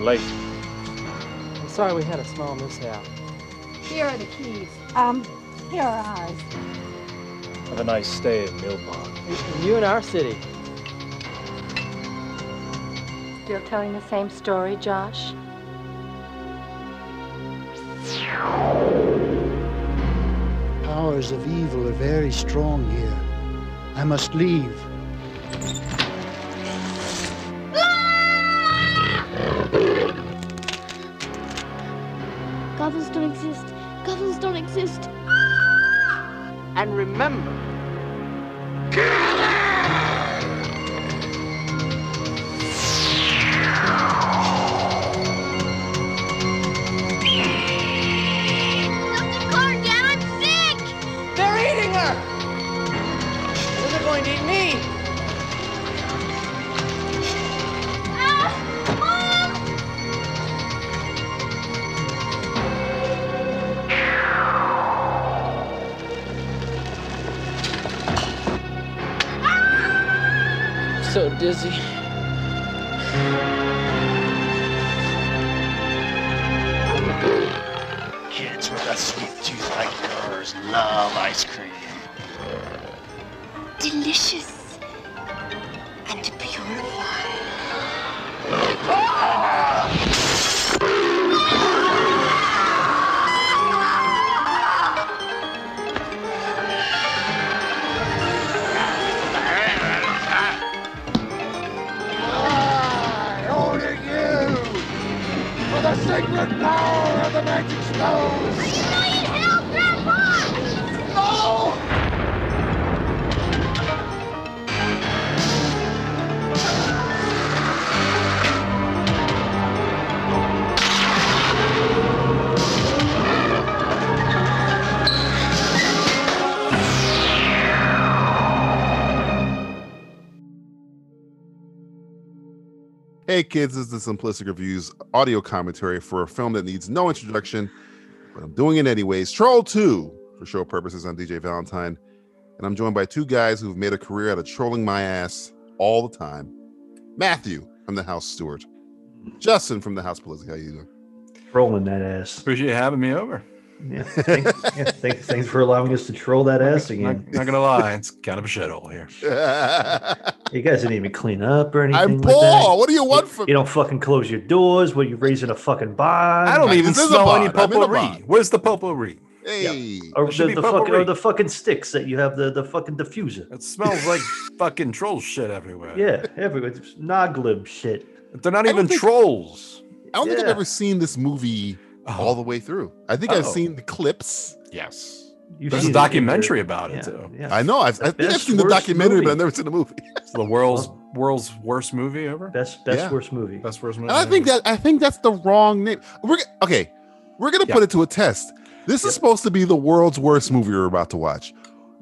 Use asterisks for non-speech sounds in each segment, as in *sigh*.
late. I'm sorry we had a small mishap. Here are the keys. Um, here are ours. Have a nice stay in Millbog. You in our city. Still telling the same story, Josh? Powers of evil are very strong here. I must leave. Goblins don't exist. Goblins don't exist. And remember, Stop the car, Dad! I'm sick! they're eating her! So they're going to eat me! Ah! Mom! So dizzy. Kids with a sweet tooth like yours love ice cream. Delicious and purified. I order you for the sacred power of the magic stones. Need help, Grandpa! Hey kids, this is the Simplistic Reviews audio commentary for a film that needs no introduction, but I'm doing it anyways. Troll 2 for show purposes on DJ Valentine. And I'm joined by two guys who've made a career out of trolling my ass all the time. Matthew from the House Stewart. Justin from the House Policy. How you doing? *laughs* trolling that ass. Appreciate you having me over. Yeah, thanks, yeah, thanks, thanks for allowing us to troll that ass again. Not, not gonna lie, it's kind of a shithole here. You guys didn't even clean up or anything. I'm like Paul. that. What do you want from You don't fucking close your doors. What you raising a fucking bond? I don't even This is a smell any bond. I'm in a potpourri. bond. Where's the potpourri? Hey. Or There should the, be the fucking potpourri. or the fucking sticks that you have the the fucking diffuser. It smells *laughs* like fucking troll shit everywhere. Yeah, everywhere. It's Noglib shit. They're not I don't even think- trolls. I don't think I've Yeah. ever seen this movie Oh, all the way through. I think I've Oh. seen the clips. yes. You've There's seen it, a you've documentary heard- about yeah, it too. yeah. I know. I've, I think I've best seen the worst documentary, but movie. I've never seen the movie. *laughs* It's the world's Well- world's worst movie ever. Best best Yeah. worst movie. Best worst movie. And I think that I think that's the wrong name. We're g- okay. We're gonna Yeah. put it to a test. This is supposed to be the world's worst movie we're about to watch.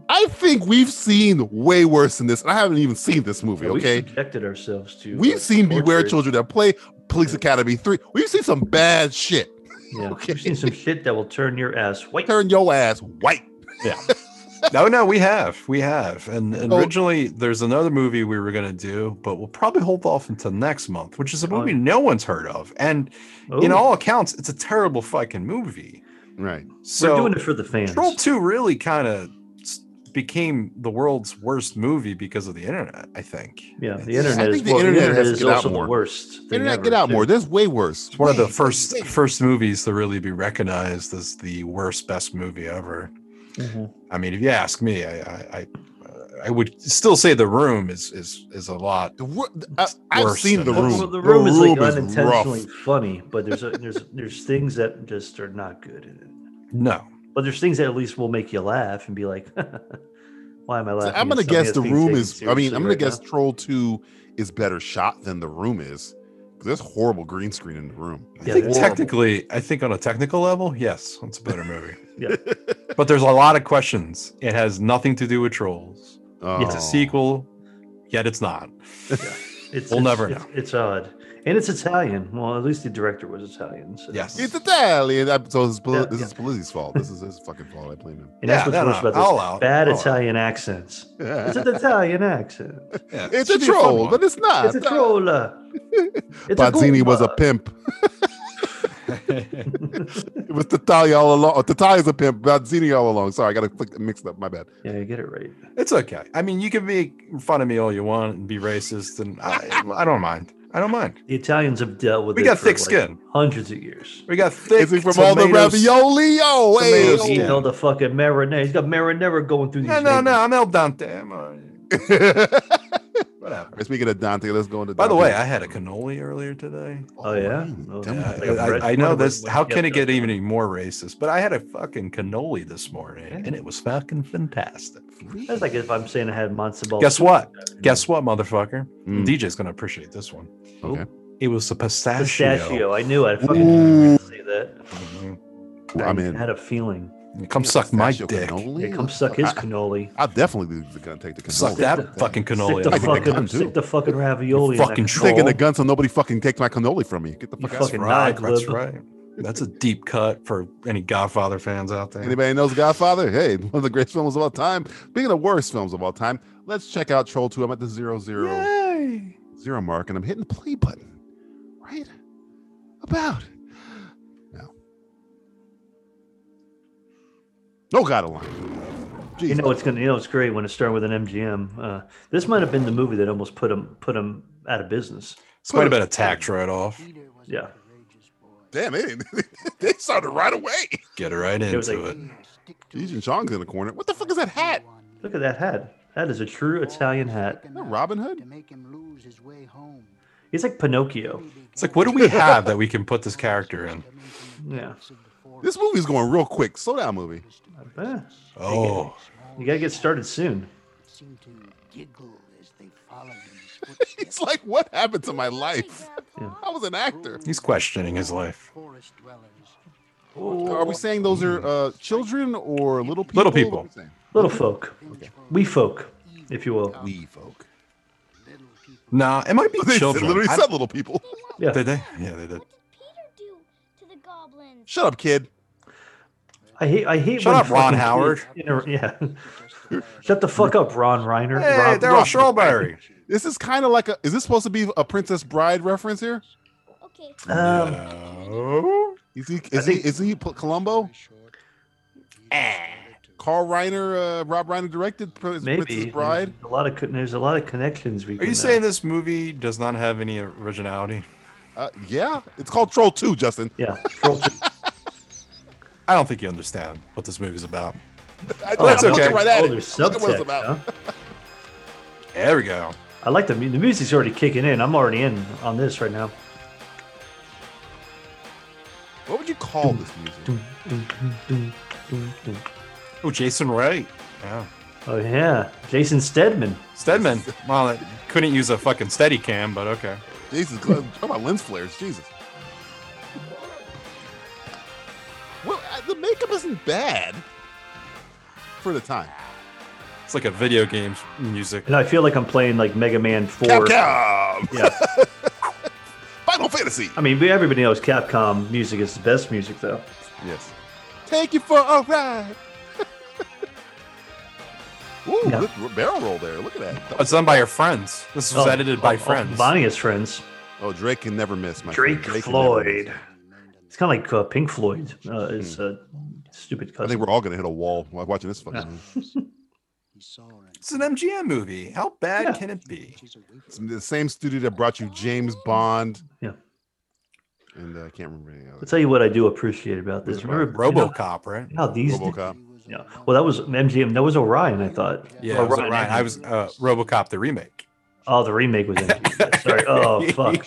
I think we've seen way worse than this. and I haven't even seen this movie. Yeah, we've Okay, subjected ourselves to. we've uh, seen Beware torture. Children that play Police Academy three. We've seen some bad shit. Yeah, Okay. we've seen some shit that will turn your ass white. Turn your ass white. no, no, we have, we have, and, and Oh. originally there's another movie we were gonna do, but we'll probably hold off until next month, which is a movie no one's heard of, and in Oh, all accounts, it's a terrible fucking movie. Right. So we're doing it for the fans. Troll 2 really kind of became the world's worst movie because of the internet, I think. Yeah, It's- the internet think is the well, the internet internet has is to get out also more. the worst. thing Internet, ever. get out more. There's- There's way worse. It's one of the Way, first way- first movies to really be recognized as the worst best movie ever. Mhm. I mean, if you ask me, I I, I, I would still say The Room is is is a lot. The wor- I, have worse seen than the that. room. Well, the room is like rough. unintentionally funny, but there's a, there's there's things that just are not good in it. No, But there's things that at least will make you laugh and be like, *laughs* "Why am I laughing?" So I'm at gonna something guess that's the being room taken is. I mean, I'm gonna seriously right guess now?" Troll Two is better shot than the room is. 'Cause There's horrible green screen in the room. I Yeah, think that's- technically, I think on a technical level, yes, it's a better movie. *laughs* Yeah. but there's a lot of questions. It has nothing to do with trolls. It's Oh. a sequel, yet it's not. It's, We'll it's- never it's, It's odd. And it's Italian. Well, at least the director was Italian. So. Yes. It's Italian. I- So it's, Poli- Yeah, this yeah. is Polizzi's fault. This is his fucking fault. I blame *laughs* him. And that's Yeah, what's no, worse no, about this I'll allow it. bad I'll allow it. Italian accents. It's an Italian *laughs* accent. Yeah, It's a should be fun troll, one. but it's not. Ah, It's a troll. *laughs* It's Bazzini was a gomma. pimp. *laughs* it was Tatalia all along. Oh, Tatalia's a pimp. Bazzini all along. Sorry, I got to mix it up. My bad. Yeah, you get it right. It's okay. I mean, you can make fun of me all you want and be racist, and I, I don't mind. I don't mind. The Italians have dealt with We it got for, thick like, skin. hundres of years. We got thick Is he from all the tomatoes- ravioli? Oh, tomato He hey. skin. held the fucking marinara. He's got marinara going through these. No, no, veins. no. I'm El Dante. I'm all right. All whatever. right, *laughs* Speaking of Dante, let's go into. By the Dante. way, I had a cannoli earlier today. Oh yeah. Oh, Dumb yeah. Yeah, Like a I, bread- I know one of this. those- How yep, can it yep, get yep. even more racist? But I had a fucking cannoli this morning, and it was fucking fantastic. That's like if I'm saying I had matzo balls. Guess what? Guess what, motherfucker? Mm. DJ's gonna appreciate this one. Okay. It was a pistachio. Pistachio. I knew. I fucking knew say that. Mhm. Ooh, I'm I in. had a feeling. Come suck my Pistachio dick. cannoli? Yeah, come suck *laughs* his I- cannoli. I definitely do the gun take the cannoli. Suck that fucking cannoli. Stick the up my think they fucking, come, too. stick the fucking ravioli. in Fucking that troll. Taking the cannoli. gun so nobody fucking takes my cannoli from me. Get the You fuck out. That's fucking right. nog That's lib. right. That's a deep cut for any Godfather fans out there. Anybody knows Godfather? Hey, *laughs* one of the greatest films of all time. Speaking of worst films of all time, let's check out Troll 2. I'm at the zero zero zero Yay. mark and I'm hitting the play button. Right? About. Now. Oh, God, a line. You Jesus. know it's gonna. You know it's great when it started with an MGM. Uh, this might have been the movie that almost put him put him out of business. This might have been a tax write off. Yeah. Damn, they, didn't- *laughs* they started right away. Get right It was into like- it. Cheech and Chong's in the corner. What the fuck is that hat? Look at that hat. That is a true Italian hat. Is that Robin Hood? He's like Pinocchio. It's like, what do we have that we can put this character in? Yeah. This movie's going real quick. Slow down, movie. *laughs* Eh, Oh, you gotta get started soon. He's like, what happened to my life? I was an actor. he's questioning his life. Are we saying those are uh, children or little people? Little people. What are we saying? Little folk. We folk, if you will. We folk. Nah, it *laughs* might be *laughs* They children. literally I- said little people. Yeah. Did they? Yeah, they What did did. Peter do to the goblins? Shut up, kid. I hate. I hate. Shut when up, Ron fucking Howard. kids *laughs* inter- yeah. Shut the fuck up, Ron Reiner. Hey, Rob- Daryl Rob- Strawberry. This is kind of like a. Is this supposed to be a Princess Bride reference here? Okay, Um, No. Is he? Is think- he? Is he P- Columbo? Carl Reiner, uh, Rob Reiner directed Prin- maybe Princess Bride. There's a lot of con- there's a lot of connections. We Are can, you uh, saying this movie does not have any originality? Uh, yeah, it's called Troll Two, Justin. Yeah. *laughs* Troll two. I don't think you understand what this movie's about. I, Oh, that's I'm okay. looking Right at Oh, it. there's Look at what it's subtext, about. huh? There we go. I like the mu- the music's already kicking in. I'm already in on this right now. What would you call this music? Oh, Jason Wright. Yeah. Oh yeah, Jason Stedman. Stedman. Well, I couldn't use a fucking steady cam, but okay. Jesus, talk about lens flares. Jesus. Well, uh, the makeup isn't bad for the time. It's like a video game's music. And I feel like I'm playing like Mega Man Cap Four. Cap! Yeah. Final Fantasy. I mean, everybody knows Capcom music is the best music, though. Yes. Take you for a ride. *laughs* Ooh, Yeah. look, r- barrel roll there. Look at that. Oh, It's done by your friends. This was Oh, edited by oh, oh, friends. Bonnie is friends. Oh, Drake can never miss. My friend. Drake can never miss. Floyd. It's kind of like uh, Pink Floyd uh, is a stupid I think cousin. we're all gonna hit a wall while watching this fucking. movie. It's an MGM movie. How bad Yeah. can it be? It's the same studio that brought you James Bond. Yeah. And uh, I can't remember any other. I'll tell you what I do appreciate about this. Remember RoboCop, right? you know how these? RoboCop. *laughs* Yeah. Well, that was MGM. That was Orion, I thought. Yeah, Or it was Oh, Ryan Orion. I was uh, RoboCop the remake. Oh, the remake was *laughs* MGM. Sorry. Oh, fuck.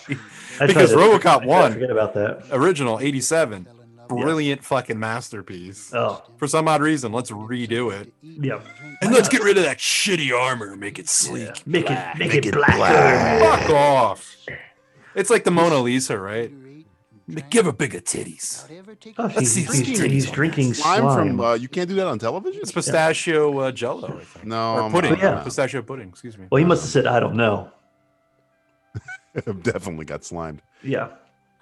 I Because tried to- RoboCop I tried to won. Forget about that. *laughs* Original 87. Brilliant fucking masterpiece. Oh, For some odd reason, let's redo it. yeah. And let's get rid of that shitty armor and make it sleek. Make it, make, it blacker. Fuck off. It's like the Mona Lisa, right? Give her bigger titties. Oh, Let's he's, see, he's, let's he's see. drinking slime. Slime from uh, you can't do that on television. It's pistachio uh, jello, I think. No, Or I'm *laughs* pudding. not- Yeah. Pistachio pudding, excuse me. well, he must have said, "I don't know." Definitely got slimed. Yeah. I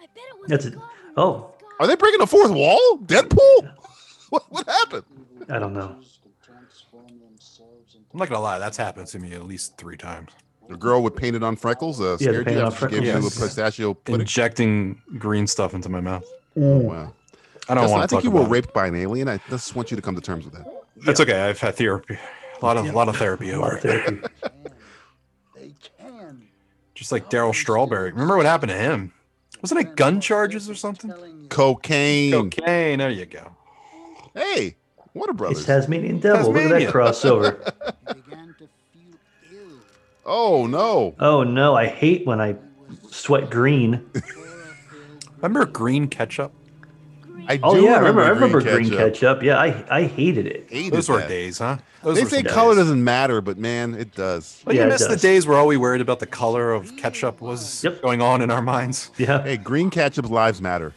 bet it was That's the it. guard. Oh, Are they breaking the fourth wall? Deadpool? *laughs* What, what happened? I don't know. I'm not gonna lie, that's happened to me at least three times. The girl with painted on freckles uh, scared you painted on after she gave you freckles. a pistachio pudding. Injecting green stuff into my mouth. Wow. I don't Justin, want I to think talk you were about. It. raped by an alien. I just want you to come to terms with that. That's okay. I've had therapy. A lot of a lot of therapy A lot over of it. therapy. They can. Just like Daryl Strawberry. Remember what happened to him? Wasn't it gun charges or something? Cocaine. Okay, there you go. Hey, what a brother. It's Tasmanian Devil. Look Tasmania. at that crossover. oh, no. oh no, I hate when I sweat *laughs* green. Remember green ketchup? I Oh do yeah, I remember. I remember green green ketchup. Yeah, I I hated it. Hated Those were that. days, huh? Those They were say some color days. doesn't matter, but man, it does. Well, you Yeah, it miss the does. days where all we worried about the color of ketchup was Yep. going on in our minds. Yeah. Hey, green ketchup's lives matter.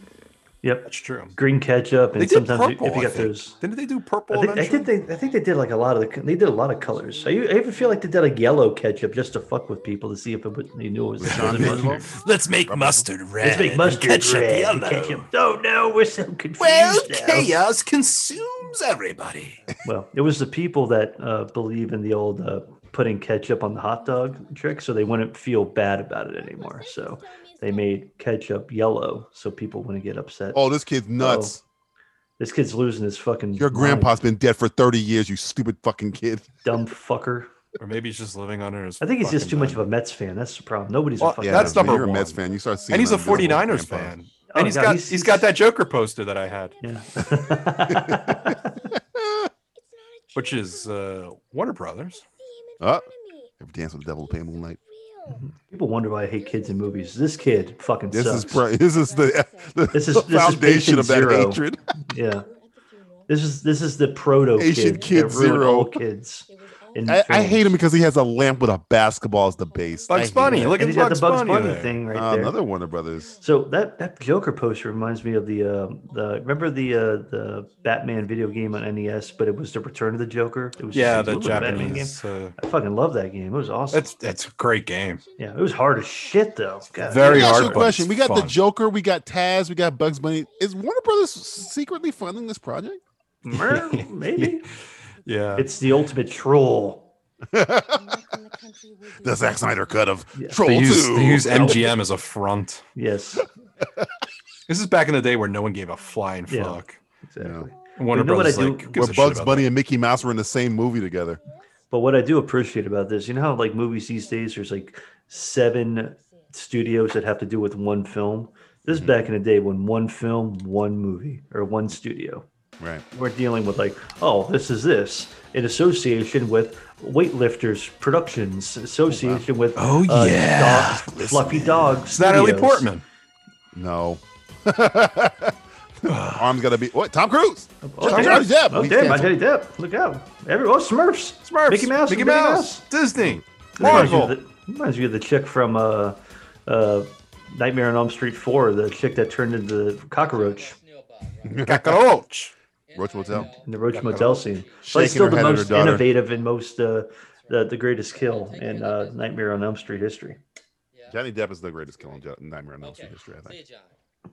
Yep. That's true. Green ketchup, and They did sometimes you- purple. if you I got think. those. Didn't they do I purple think, I eventually? think they I think they did like a lot of the they did a lot of colors. I, I even feel like they did like yellow ketchup just to fuck with people to see if it would, they knew it was. Sean it was- *laughs* Mustard. Let's make mustard red. Let's *laughs* make and mustard ketchup red yellow. and ketchup. Oh no, we're so confused. Well, now. chaos consumes everybody. Well, it was the people that uh, believe in the old uh, putting ketchup on the hot dog trick, so they wouldn't feel bad about it anymore. So they made ketchup yellow, so people wouldn't get upset. Oh, this kid's nuts. This kid's losing his fucking Your mind, grandpa's been dead for 30 years, you stupid fucking kid. dumb fucker. Or maybe he's just living under his. I think he's just too much of a Mets fan. That's the problem. Nobody's Well, a fucking yeah, that's Mets man, number You're a one. Mets fan. You start seeing And he's a invisible 49ers grandpas. *laughs* fan. Oh, and he's no, got he's- he's got that Joker poster that I had, fan. Yeah. *laughs* It's not a *laughs* which trick. is uh, Warner Brothers. I see him in Uh, front of me. If Dance with the Devil Pay Moonlight. Real. People wonder why I hate kids in movies. This kid fucking This is sucks. pro- this is the, *laughs* the, This is- the this is foundation patient of that zero. hatred. yeah. This is this is the proto Asian kid, kid that ruined zero. all kids. in I, I films. hate him because he has a lamp with a basketball as the base. I Bugs hate Bunny. that. Look and he's at got Bugs the Bugs Bunny, Bunny, there. thing right Uh, there. another Warner Brothers. So that, that Joker poster reminds me of the um the remember the uh, the Batman video game on NES, but it was the Return of the Joker. It was just Yeah, a the little Batman Japanese. Uh, game. I fucking love that game. It was awesome. that's that's a great game. yeah, it was hard as shit *laughs* though. God, Very Let me ask hard, you a but question. it's We got the fun. Joker, we got Taz, we got Bugs Bunny. Is Warner Brothers secretly funding this project? mer- *laughs* *laughs* maybe Yeah. it's the ultimate troll. the Zack Snyder cut of Yeah. Troll they use, 2. they use MGM as a front. *laughs* Yes, This is back in the day where no one gave a flying Yeah. fuck. exactly. And Warner You know what Brothers I do- like who gives Where a shit Bugs about Bunny and Mickey Mouse were in the same movie together. But what I do appreciate about this, you know how like movies these days, there's like seven studios that have to do with one film. This Mm-hmm. is back in the day when one film, one movie, or one studio. Right. We're dealing with like, oh, this is this in association with weightlifters productions, association with Oh, yeah. dog, fluffy dogs. It's Natalie Studios. Portman. No. *laughs* Arm's got to be. What? Tom Cruise. Oh, Johnny damn. Depp. Oh, He's damn. I canceled. tell you, Depp. Look out. Every, oh, Smurfs. Smurfs. Mickey Mouse. Mickey and Minnie Mouse. Disney. Reminds you, of Marvel. the, reminds you of the chick from uh, uh, Nightmare on Elm Street 4, the chick that turned into the cockroach Mm-hmm. *laughs* Cockroach. Roach Motel. in the Roach Motel scene. But Shaking it's still her the head at her most daughter. innovative and most uh, the, the greatest kill in uh, Nightmare on Elm Street history. Johnny Depp is the greatest killing jo- nightmare in Elm Street history, I think.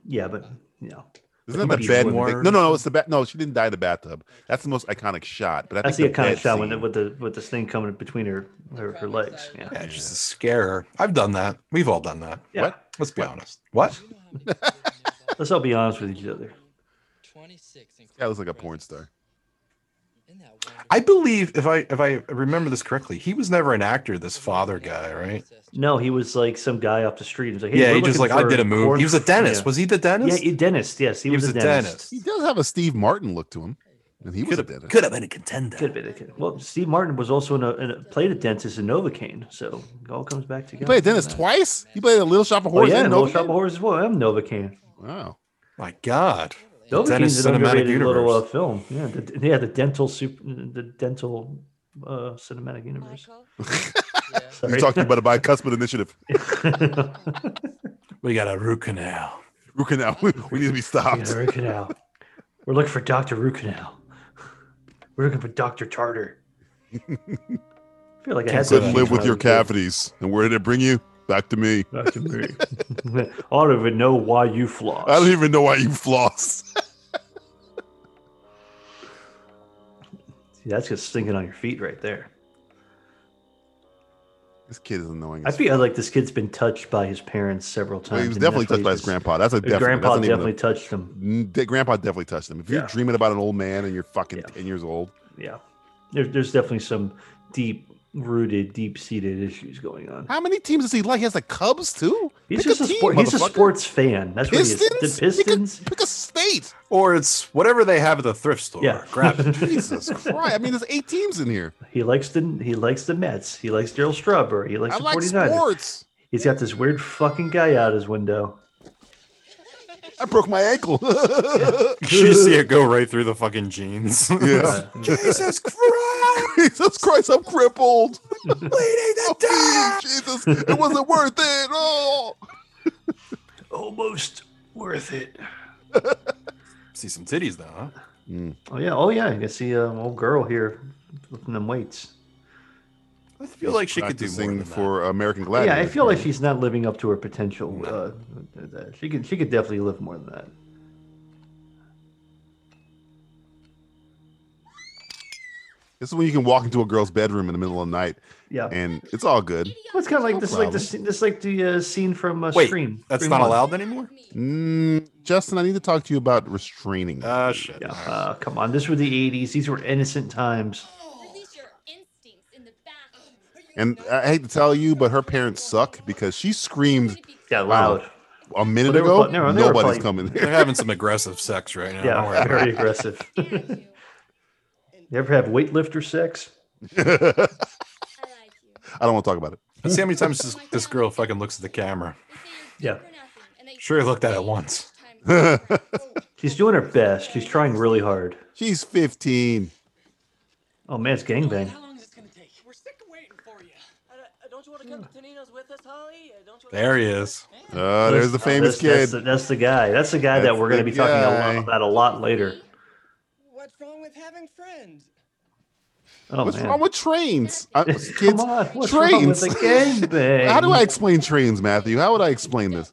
Yeah, but you know, Isn't that might the be bed? one thing? word. No, no, no. It's the bat. No, she didn't die in the bathtub. That's the most iconic shot. But I that's the think the iconic bed shot when the, scene- with the with this thing coming between her her, her legs. Yeah. Yeah, just a scare. I've done that. We've all done that. Yeah. What? Let's be honest. What? *laughs* Let's all be honest with each other. Yeah, it looks like a porn star. I believe if I if I remember this correctly, he was never an actor. This father guy, right? No, he was like some guy off the street. He was like, hey, Yeah, we're he just looking like I for did a movie. corn- He was a dentist. Yeah. Was he the dentist? Yeah, a dentist. Yes, he, was, a dentist. He does have a Steve Martin look to him, and he was a dentist. Could have been a contender. Could be. could- Well, Steve Martin was also in a, in a played a dentist in Novocaine, so it all comes back together. He played a dentist twice. He played a Little Shop of Oh Horrors. yeah, and and Little Novocaine? Shop of Horrors as well. I'm Novocaine. Wow. My God. Novocaine's Dentist an cinematic underrated little uh, universe. film. Yeah, the, yeah, the dental soup, the dental uh, cinematic universe. *laughs* He's talking about a bicuspid initiative. *laughs* We got a root canal. Root canal. *laughs* We need to be Yeah, stopped. root canal. We're looking for Doctor Root Canal. We're looking for Doctor Tartar. I feel like I had Couldn't that live with your cavities. And where did it bring you? Back to me. Back to me. *laughs* I don't even know why you floss. I don't even know why you *laughs* floss. See, that's just stinking on your feet right there. This kid is annoying. I as feel like this kid's been touched by his parents several fuck. times. he was and definitely that's touched why by his he's just- grandpa. That's a His definite. grandpa that's not even definitely touched him. a- Mm, de- grandpa definitely touched him. If you're Yeah. dreaming about an old man and you're fucking Yeah. ten years old, Yeah. There, there's definitely some deep rooted, deep seated issues going on. how many teams does he like? He has the Cubs too. He's Pick just a, team, sport, he's a motherfucker. sports fan. That's what he is. Pistons. The Pick a- Pistons. Pick a, state. Or it's whatever they have at the thrift store. Yeah. Grab it. Jesus *laughs* Christ! I mean, there's eight teams in here. He likes the he likes the Mets. He likes Daryl Strawberry. He likes I the like 49ers. sports. He's got this weird fucking guy out his window. I broke my ankle. You just see it go right through the fucking *laughs* jeans. *laughs* yeah. Uh, Mm. Jesus *laughs* Christ! Jesus Christ! I'm crippled. Bleeding to death. Jesus, it wasn't worth it. Oh. Almost worth it. see some titties though, huh? Oh yeah, oh yeah. I can see an old girl here lifting them weights. I feel like she could do more Practicing than for for American yeah, Gladiator. I feel like she's not living up to her potential. Uh, uh, she could she could definitely live more than that. This is when you can walk into a girl's bedroom in the middle of the night, Yeah, and it's all good. well, it's kind of like no this, like this, this, like the uh, scene from uh, Wait, Scream. That's Scream not one. allowed anymore. Mm, Justin, I need to talk to you about restraining. *laughs* Ah, shit. Yeah, uh, come on. This were the '80s. These were innocent times. Release your instincts in the bathroom. and I hate to tell you, but her parents suck because she screamed Yeah, loud. a minute Well, they were ago. pl- they were- they were Nobody's playing- coming *laughs* here. They're having some aggressive sex right now. Don't worry yeah, about very *laughs* aggressive. you ever have weightlifter sex? I like you. I don't want to talk about it. it. But see how many times this, this girl fucking looks at the camera. Yeah, Sure, I looked at it once. Oh, she's doing her best. She's trying really hard. She's 15. Oh man, it's gangbang. How long is this gonna take? We're sick of waiting for you. Hmm. don't you want to come to Tonino's with us, Holly? Don't you There he is. Uh, there's the Oh, famous that's, That's kid. the, that's the guy. That's the guy that That's we're going the to be talking a guy. lot, about a lot later. What's wrong with having friends? Oh What's man. wrong *laughs* with trains? I, Come kids, on, what's wrong with the trains? gangbang? *laughs* how do I explain trains, Matthew? How would I explain this?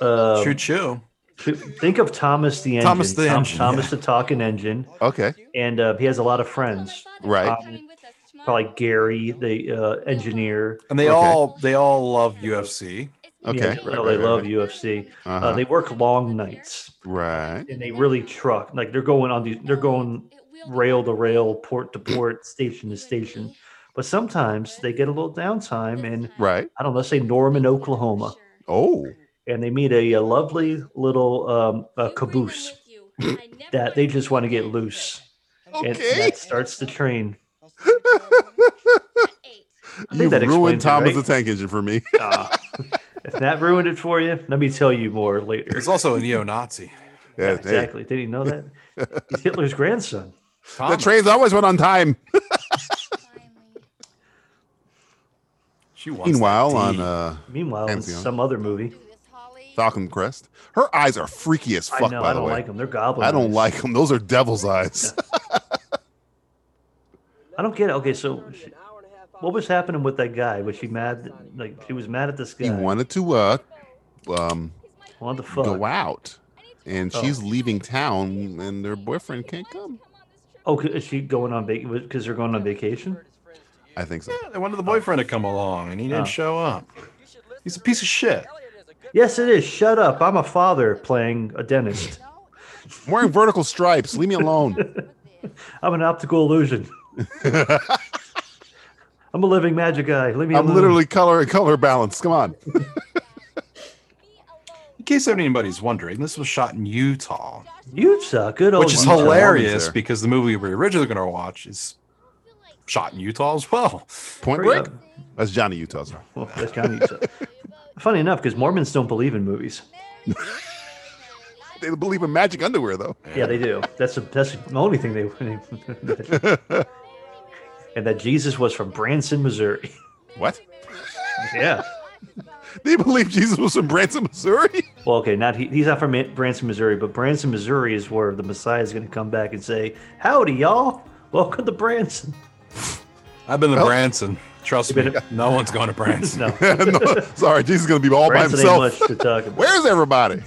Uh, Choo choo. th- think of Thomas the engine. Thomas the Tom- engine, Thomas the talking engine, Okay, and uh, he has a lot of friends. Um, right. Probably Gary, the uh, engineer. And they Okay. all they all love UFC. Okay. Yeah, Right, you know, right, they right, love right. UFC. Uh, Uh-huh. they work long nights, right. and they really truck. Like they're going on the, they're going rail to rail, port to port, station to station. But sometimes they get a little downtime, and Right. I don't know, say Norman, Oklahoma, Oh, and they meet a, a lovely little um, uh caboose that they just want to get loose. And okay. that starts the train. I You think that ruined explains it, Thomas the right? Tank Engine for me. *laughs* *laughs* Ah, if that ruined it for you, let me tell you more later. There's also a neo Nazi. Yeah, hey, exactly. Did he know that? He's Hitler's grandson. The trains always went on *laughs* time. She wants that Meanwhile, on D. uh, Meanwhile, in Pantheon. some other movie. Falcon Crest, her eyes are freaky as fuck. I know. by I the don't way, like them. They're goblin. I don't eyes. like them. Those are *laughs* devil's eyes. I don't get it. Okay, so she, what was happening with that guy? Was she mad? that- Like she was mad at this guy. *laughs* he wanted to uh, um, What the fuck? go out, and Oh. she's leaving town, and her boyfriend can't come. Oh, 'cause- is she going on vacation? Because they're going on vacation. I think so. Yeah, they wanted the boyfriend to come along and he didn't Oh. show up. He's a piece of shit. Yes, it is. Shut up. I'm a father playing a dentist. I'm wearing vertical stripes. Leave me *laughs* alone. I'm an *laughs* optical illusion. I'm a living magic guy. Leave me I'm alone. literally color and color balance. Come on. *laughs* In case anybody's wondering, this was shot in Utah, Utah. Good Oh, old which is Utah. hilarious there. because the movie we were originally going to watch is shot in Utah as well. *laughs* Point Straight Break. up. That's Johnny Utah's. Well, that's kind of Utah. Funny enough, because Mormons don't believe in movies. They believe in magic underwear though. Yeah, they do. That's a, that's the only thing they. *laughs* and that Jesus was from Branson, Missouri. What? yeah. They believe Jesus was from Branson, Missouri. *laughs* Well, okay, not he, he's not from Ma- Branson, Missouri, but Branson, Missouri is where the Messiah is going to come back and say, "Howdy, y'all! Welcome to Branson." I've been to Well- Branson. Trust me, no one's *laughs* going to Branson. No, No, sorry, Jesus is gonna be all Branson by ain't himself. much to *laughs* talk about. Where's everybody?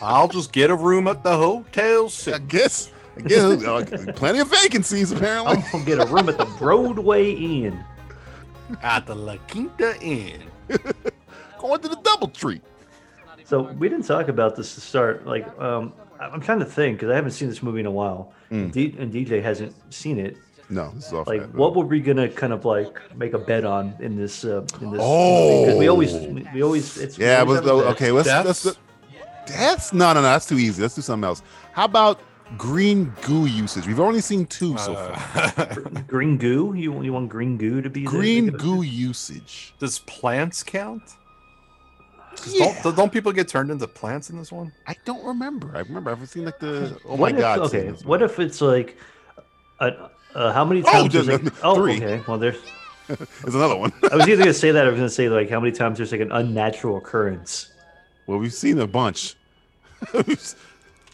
I'll just get a room at the hotel. I *laughs* City. guess. I guess uh, plenty of vacancies apparently. I'm gonna get a room at the Broadway Inn. At the La Quinta Inn. Oh. Going to the double tree. So we didn't talk about this to start. Like, um, I- I'm trying to think because I haven't seen this movie in a while, Mm. D- and DJ hasn't seen it. No, this is off. Like, that, what were we gonna kind of like make a bet on in this? Uh, in this Oh. because we always, we always, it's we Yeah, always but have a though, bet. okay, let's, Deaths? let's that's no, no, no. That's too easy. Let's do something else. How about green goo usage? We've only seen two so far. Uh, Green goo. You you want green goo to be the- Green the- goo usage. does plants count? 'Cause Yeah. Don't, don't people get turned into plants in this one? I don't remember. I remember I've seen like the oh what my if, god. Okay, scene. what if it's like, uh, uh, how many Oh, times? there's there's like, nothing- oh, three. okay. Well, there's. There's another one. I was either gonna say that or I was gonna say like how many times there's like an unnatural occurrence. well, we've seen a bunch. *laughs*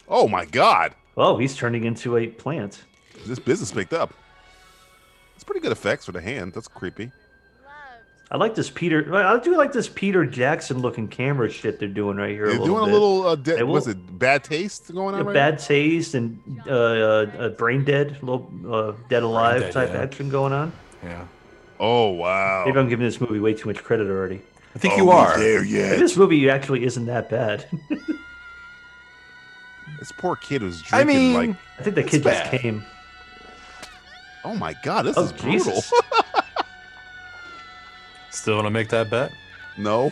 oh my god, Oh, he's turning into a plant. this business picked up. It's pretty good effects for the hand. That's creepy. I like this Peter. I do like this Peter Jackson looking camera shit they're doing right here. They're a little doing bit. a little. Uh, de- They will- was it bad taste going Yeah, on? right now? bad taste and uh, uh, uh, brain dead, little uh, dead alive dead, type yeah. action going on. Yeah. Oh wow. Maybe I'm giving this movie way too much credit already. I think Oh, you we are. There, yeah. This movie actually isn't that bad. *laughs* *laughs* This poor kid was I drinking mean, like, I think the It's kid just bad. came. oh my god, this Oh is brutal. Jesus! still want to make that bet? *laughs* No,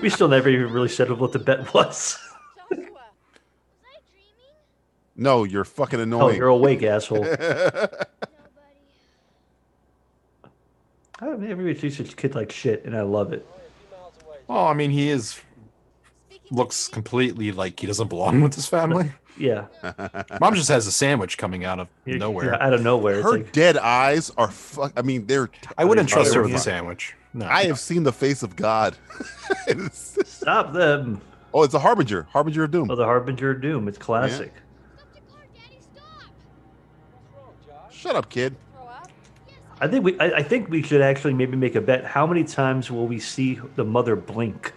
*laughs* we still never even really settled what the *laughs* bet was. no, you're fucking Oh, annoying. *laughs* you're awake, asshole. I don't everybody treats this kid like shit, and I love it. Well, I mean, he is looks completely like he doesn't belong with *laughs* his family. Yeah, Mom just has a sandwich coming out of It- nowhere. Out of nowhere. It's her like, dead eyes are fuck. I mean, they're. I wouldn't Probably trust her with a fine. sandwich. No. I have seen the face of God. *laughs* It's- stop them. oh, it's a harbinger, harbinger of Oh, doom. the Harbinger of Doom. It's classic. Oh. Shut up, kid. I think we. I, I think we should actually maybe make a bet. How many times will we see the mother blink?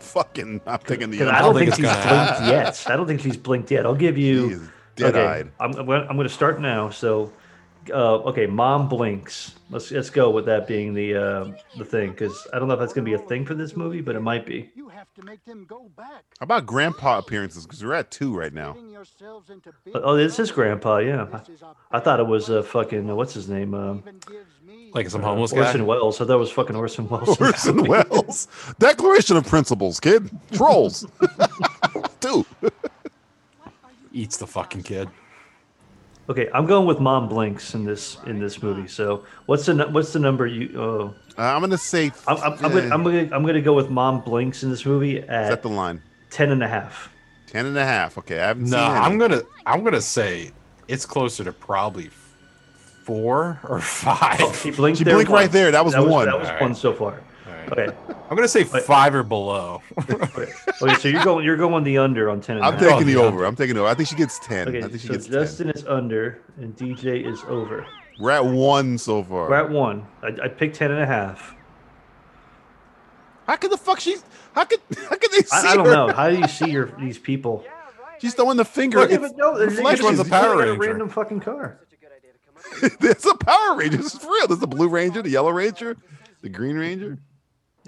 fucking, I'm thinking the. Because I I don't don't think, think she's it's blinked gonna happen. yet. I don't think she's blinked yet. I'll give you. He is dead-eyed. Okay, I'm, I'm gonna- I'm going to start now. So, uh, okay, mom blinks. Let's let's go with that being the uh, the thing because I don't know if that's going to be a thing for this movie, but it might be. You have to make them go back. How about grandpa appearances? Because we're at two right now. *laughs* Getting yourselves into big Oh, this is trouble. Grandpa. Yeah, This is a I thought it was uh, fucking uh, what's his name? Um, even gives me Like some homeless Orson guy. Welles. I thought it was fucking Orson Welles. *laughs* Orson Welles. Declaration of Principles, kid. *laughs* Trolls. two. Uh, Eats the fucking kid. Okay, I'm going with Mom Blinks in this in this movie. So what's the nu- what's the number you? Uh, Uh, I'm gonna say. I'm I'm, I'm, gonna, I'm gonna I'm gonna go with Mom Blinks in this movie Is that at the line? ten and a half. Ten and a half. Okay, I haven't No, seen. I'm any. gonna I'm gonna say it's closer to probably f- four or five. She blinked. Oh, She there blinked right once. there. That was one. That was All right. one so far. All right. Okay. I'm gonna say five or below. Okay. Okay, so you're going you're going the under on ten. And a I'm half. taking the Oh, yeah. over. I'm taking the over. I think she gets ten. I Okay, think she so gets Justin is under and DJ is over. ten. We're at one so far. We're at one. I, I picked ten and a half. *laughs* How could the fuck she? How could? How could they see I, I don't her? know. How do you see your these people? She's throwing the finger. Yeah, *laughs* It's- but no, they're- Flash they're one's a just- they're Power in a Ranger. random fucking car. *laughs* There's a Power Ranger. It's real. There's the Blue Ranger, the Yellow Ranger, the Green Ranger.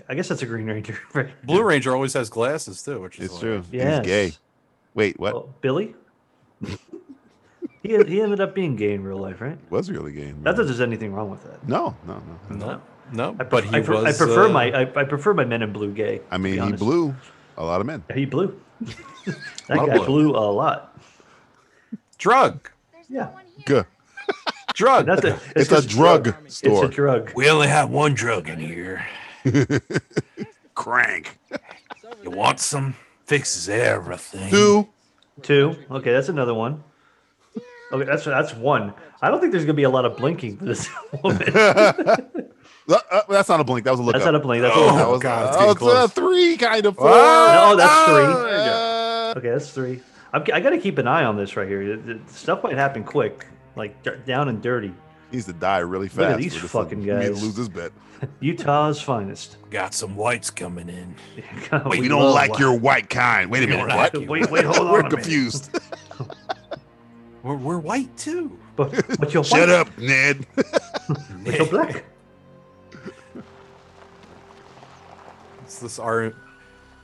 I guess that's a Green Ranger, *laughs* right? Blue Ranger always has glasses too, which is It's like- true. Yeah. He's gay. Wait, what? Uh, Billy. he he ended up being gay in real life, right? was really gay. Not that there's anything wrong with that. No, no, no. No, no. I but pref- he I, pre- I was. prefer uh, my I, I prefer my Men in Blue gay. to I be mean, he honest. blew a lot of men. He blew. that Lot of guy blood. blew a lot. drug. Yeah, Good. Drug. that's a, It's, 'cause a drug It's store. a drug. *laughs* we only have one drug in here. Crank. Mm-hmm. You want some? Fixes everything. Two. Two. Okay, that's another one. Okay, that's that's one. I don't think there's gonna be a lot of blinking for this *laughs* woman. Uh, uh, that's not a blink. That was a look. That's up. not a blink. That's Oh, a That was, God, it's uh, getting it's a close. Oh, three kind of four. No, that's three. Uh, Okay, that's three. I'm, I got to keep an eye on this right here. The- the Stuff might happen quick. like d- down and dirty. He needs to die really fast. Look at for these this to- fucking we need to guys. Lose this bet. Utah's finest. Got some whites coming in. *laughs* We, We don't love like white- your white kind. Wait a We minute. don't What? like you. Wait, wait, hold on. *laughs* a We're minute. confused. We're, we're white too. But, but you're Shut white, up, Ned. But *laughs* you're black. It's this our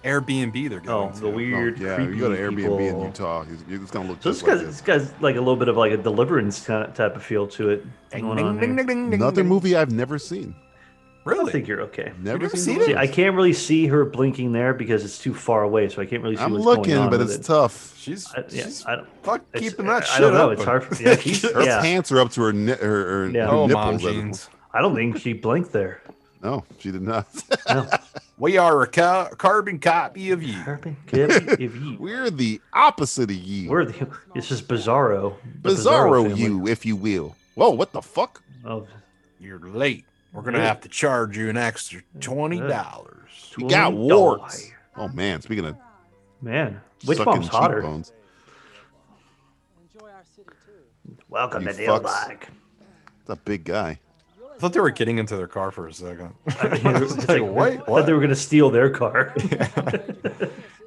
Airbnb they're Oh, going to. the *laughs* weird, yeah, creepy you go to Airbnb people. in Utah. It's, it's gonna look So this just like guy's, this. this guy's like a little bit of like a deliverance kind type of feel to it. Ding, going ding, on ding, here. ding, ding, ding, Another ding. movie I've never seen. I think Really? you're okay. Never, never seen seen it? See, Deliverance. I can't really see her blinking there because it's too far away, so I can't really see I'm what's going looking, on but with it's it. tough. She's, I, yeah, she's I don't, fuck it's- keeping that I shit don't know, up. it's hard for- yeah, *laughs* she's- Her yeah. pants are up to her, ni- her, her Yeah. Oh, mom nipples. at- jeans. I don't think she blinked there. No, she did not. *laughs* No. We are a ca- carbon copy of *laughs* you. Kirby, Kirby, if you We're the opposite of you. where the this is Bizarro, the Bizarro, family. you, if you will. Whoa, what the fuck? Oh, You're late. We're gonna Yeah. have to charge you an extra twenty dollars. We got $20. warts. Oh man, speaking of Man, which sucking mom's hotter? cheekbones, *coughs* Enjoy our city too. Welcome You to Deal fucks. *laughs* Bag. it's a big guy. I thought they were getting into their car for a *laughs* second. I was It's like, like, wait, Thought what? they were gonna steal *laughs* their car. *laughs*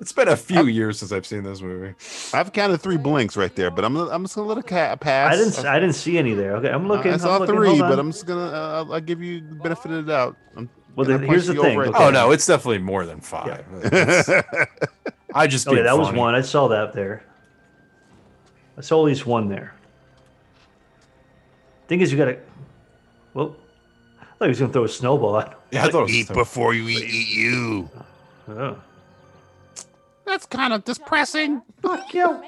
It's been a few years since I've seen this movie. I've counted three blinks right there, but I'm gonna- I'm just gonna let a cat pass. I didn't. s- I didn't see any there. Okay, I'm looking. I saw am looking, three, hold on. but I'm just gonna uh, I'll- I'll give you the benefit of the doubt. I'm Well, gonna then punch here's the you over thing, right okay. there. Oh no, it's definitely more than five. It's- *laughs* I just Okay, being Oh, that was funny. one. I saw that there. I saw at least one there. Thing is, you gotta. Well, I thought he was gonna throw a snowball. *laughs* At Yeah, I thought it was Eat two. before you eat, eat you. oh. That's kind of depressing. Fuck you!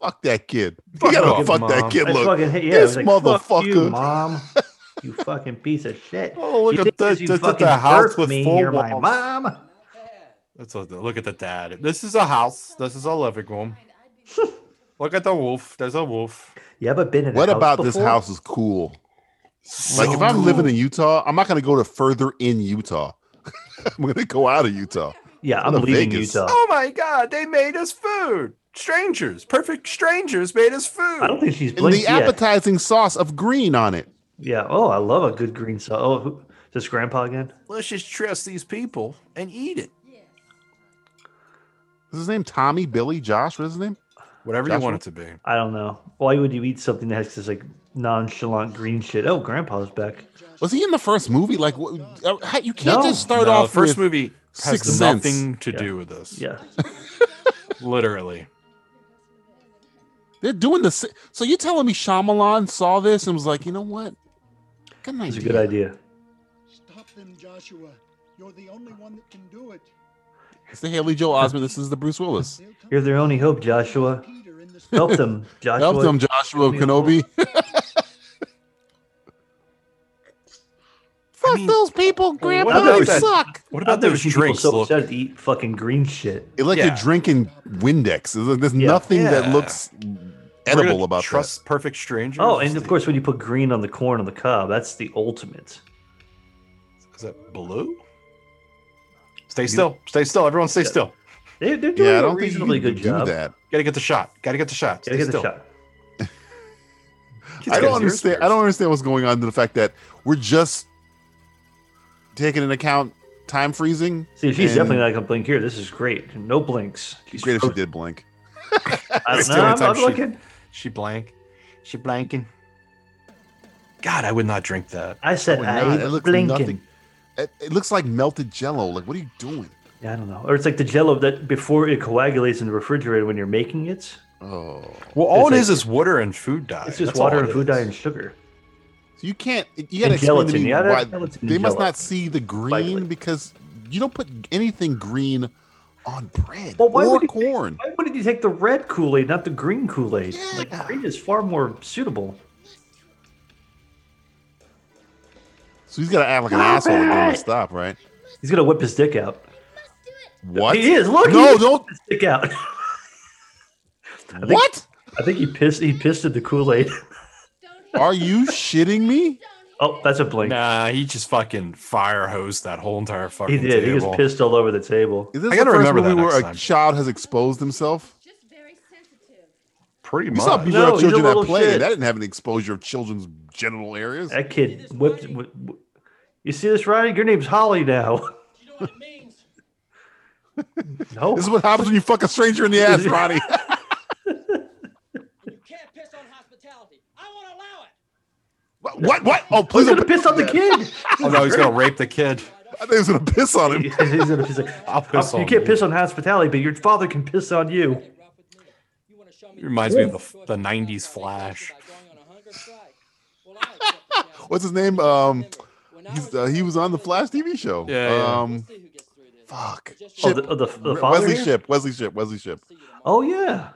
Fuck that kid. Fuck you gotta off, fuck Mom. that kid. I Look, fucking hate- yeah, this I was like, Fuck you, motherfucker. *laughs* mom. You fucking piece of shit. Oh, look you at think 'cause that- you that's- that's fucking a house birthed with me, four You're my walls. mom. That's what the- look at the dad. This is a house. This is a living room. look at the wolf. There's a wolf. You ever been in? What a house about this before? house is cool? like if I'm living in Utah, I'm not gonna go to further in Utah. *laughs* I'm gonna go out of Utah. Yeah, I'm What a leaving Vegas. Utah. Oh my god, they made us food. Strangers, perfect strangers made us food. I don't think she's And blinked the yet. appetizing sauce of green on it. Yeah. Oh, I love a good green sauce. Oh, who, is this grandpa again? Let's just trust these people and eat it. Is his name Tommy, Billy, Josh? What is his name? Whatever you Joshua? want it to be. I don't know. Why would you eat something that has this like nonchalant green shit? Oh, grandpa's back. Was he in the first movie? Like, what, uh, how- you can't No. just start No, the off first with, movie has Sixth Sense. nothing to do with this. Yeah. Literally. They're doing the. si- So you're telling me Shyamalan saw this and was like, you know what? Good It's idea. a good idea. Stop them, Joshua. You're the only one that can do it. It's the Haley Joel Osment. This is the Bruce Willis. They'll come You're their only hope, Joshua. Peter in the Help *laughs* them, Joshua. Help them, Joshua Kenobi. *laughs* Fuck mean, those people, what Grandpa. about They that- suck. What I've about never those seen people drinks? so Look, upset to eat fucking green shit. It like Yeah. you're drinking Windex. There's, there's Yeah. nothing that Yeah. looks we're gonna edible about trust perfect strangers. Oh, and of course, when you put green on the corn on the cob, that's the ultimate. Is that blue? Stay still. Stay still. Everyone stay still. They, they're that. doing Yeah, I a don't think you reasonably can good do job. that. Gotta get the shot. Gotta get the Gotta shot. Stay get the still. shot. Kid's I got don't his ears understand. I pierced. don't understand what's going on to the fact that we're just taking into account time freezing. See, she's And- definitely not gonna blink here. This is great. No blinks. She's Great if she frozen. did blink. *laughs* I It's don't know. the only I'm, time I'm she- looking. She blank. She blanking. God, I would not drink that. I said Why I not? It looks blinking. nothing- It, it looks like melted jello. Like, what are you doing? Yeah, I don't know. Or it's like the jello that before it coagulates in the refrigerator when you're making it, Oh, Well, all It's it like- is is water and food dye. it's just That's water all and it food is. dye and sugar. so you can't. You gotta And explain to gelatin. me Yeah, there's why gelatin they in must jello. not see the green Likely. because you don't put anything green on bread Well, why or would you- corn. Why wouldn't you take the red Kool Aid, not the green Kool Aid? Like Yeah. green is far more suitable. So he's gotta act like an asshole to get him to stop, right? He's gonna whip his dick out. What? He is. Look, No, he is don't. whipping his dick out. *laughs* think- What? I think he pissed. He pissed at the Kool Aid. Are you shitting me? *laughs* Oh, that's a blink. Nah, he just fucking fire hosed that whole entire he fucking did. He table. was pissed all over the table. Is this I gotta the first remember that movie where next a time. child has exposed himself? Pretty We saw much. people No, have he's a children little that play. shit. That didn't have any exposure of children's genital areas. That kid whipped. wh- wh- you see this, Roddy? Your name's Holly now. *laughs* Do you know what it means? No. This is what happens when you fuck a stranger in the ass, *laughs* Ronnie. You can't piss on hospitality. I won't allow it. what, what? What? Oh, He's please gonna don't piss on the kid. Oh no, he's gonna rape the kid. I think he's gonna piss on *laughs* him. He's gonna piss on- I'll piss you on can't you. piss on hospitality, but your father can piss on you. Hey, rough with me. You want to show me? Reminds me of the- the 90s Flash. *laughs* What's his name? Um, he's uh, he was on the Flash TV show. Yeah, yeah. Um, fuck. Oh, Ship. the, oh, the, the Re- father Wesley here? Ship. Wesley Ship. Wesley Ship. *laughs* Oh yeah.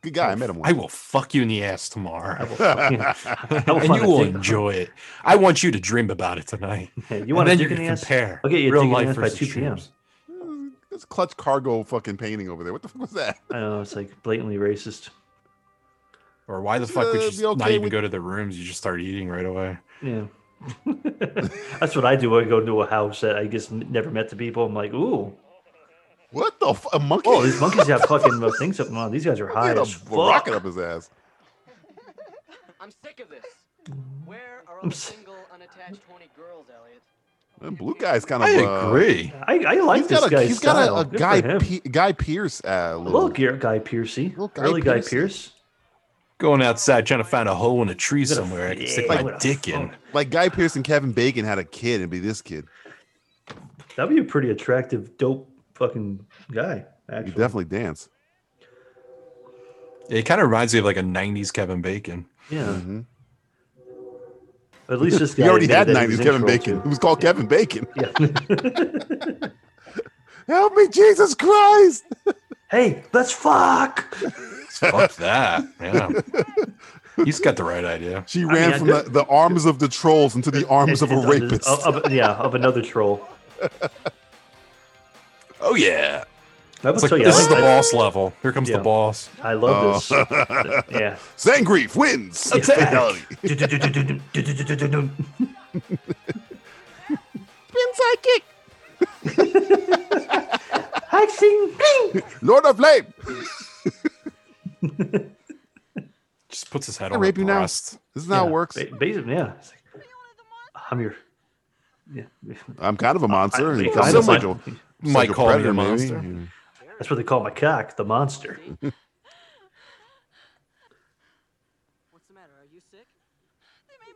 Good guy. I met him I once. will fuck you in the ass tomorrow. I will *laughs* find and you a will dick- enjoy it. I want you to dream about it tonight. Yeah, *laughs* you And want then to you dick in can the ass? compare I'll get you a real dick in the life ass by versus two p.m. dreams. Uh, This clutch cargo fucking painting over there. What the fuck was that? I know it's like blatantly racist. Or why the Uh, fuck did be you just not okay even with- go to their rooms? You just start eating right away. Yeah. *laughs* That's what I do when I go into a house that I just n- never met the people. I'm like, ooh, What the? F- a monkey? oh, *laughs* these monkeys have fucking uh, things up. Wow, these guys are He high had a as fuck. rocket up his ass. I'm sick of this. Where are all I'm the s- single, unattached, horny girls, Elliot? That blue guy's kind of. I uh, agree. I, I like he's this got a guy's he's got style. a, a Good for guy him. P- guy Pierce uh, A little little gear, guy Piercy, Little Guy early guy Piercy. Pierce. Going outside trying to find a hole in a tree He's got a- somewhere I can stick yeah, my what a dick in. fuck. like Guy Pierce and Kevin Bacon had a kid and be this kid. That'd be a pretty attractive, dope fucking guy. He Actually, definitely dance. It kind of reminds me of like a '90s Kevin Bacon. yeah. Mhm. At *laughs* least this guy. He already had admitted that he '90s was Kevin Bacon. intro He was called Kevin Bacon. to- *laughs* Yeah. Help me, Jesus Christ! hey, let's fuck. *laughs* Fuck that. Yeah. He's got the right idea. She mean, ran I from did- uh, the, the arms of the trolls into *laughs* the arms of And- a and- rapist. of- of- yeah, of another troll. Oh yeah. I will It's like, tell you, I, this is the I- boss level. Here comes Yeah. the boss. I love Oh. this. *laughs* yeah. *laughs* Zangief wins. Attack! Fatality. *laughs* Hexing, bing! Lord of Flame. Just puts his head I on the rape you now. breast. This is how it Yeah, works. ba- Basically, yeah. It's like, I'm your. Yeah. I'm kind of a monster. I- and I- kind I of don't such mind- a- Might such a call me a predator, maybe. monster. Yeah. That's what they call my cock, the monster. What's the matter? Are you sick?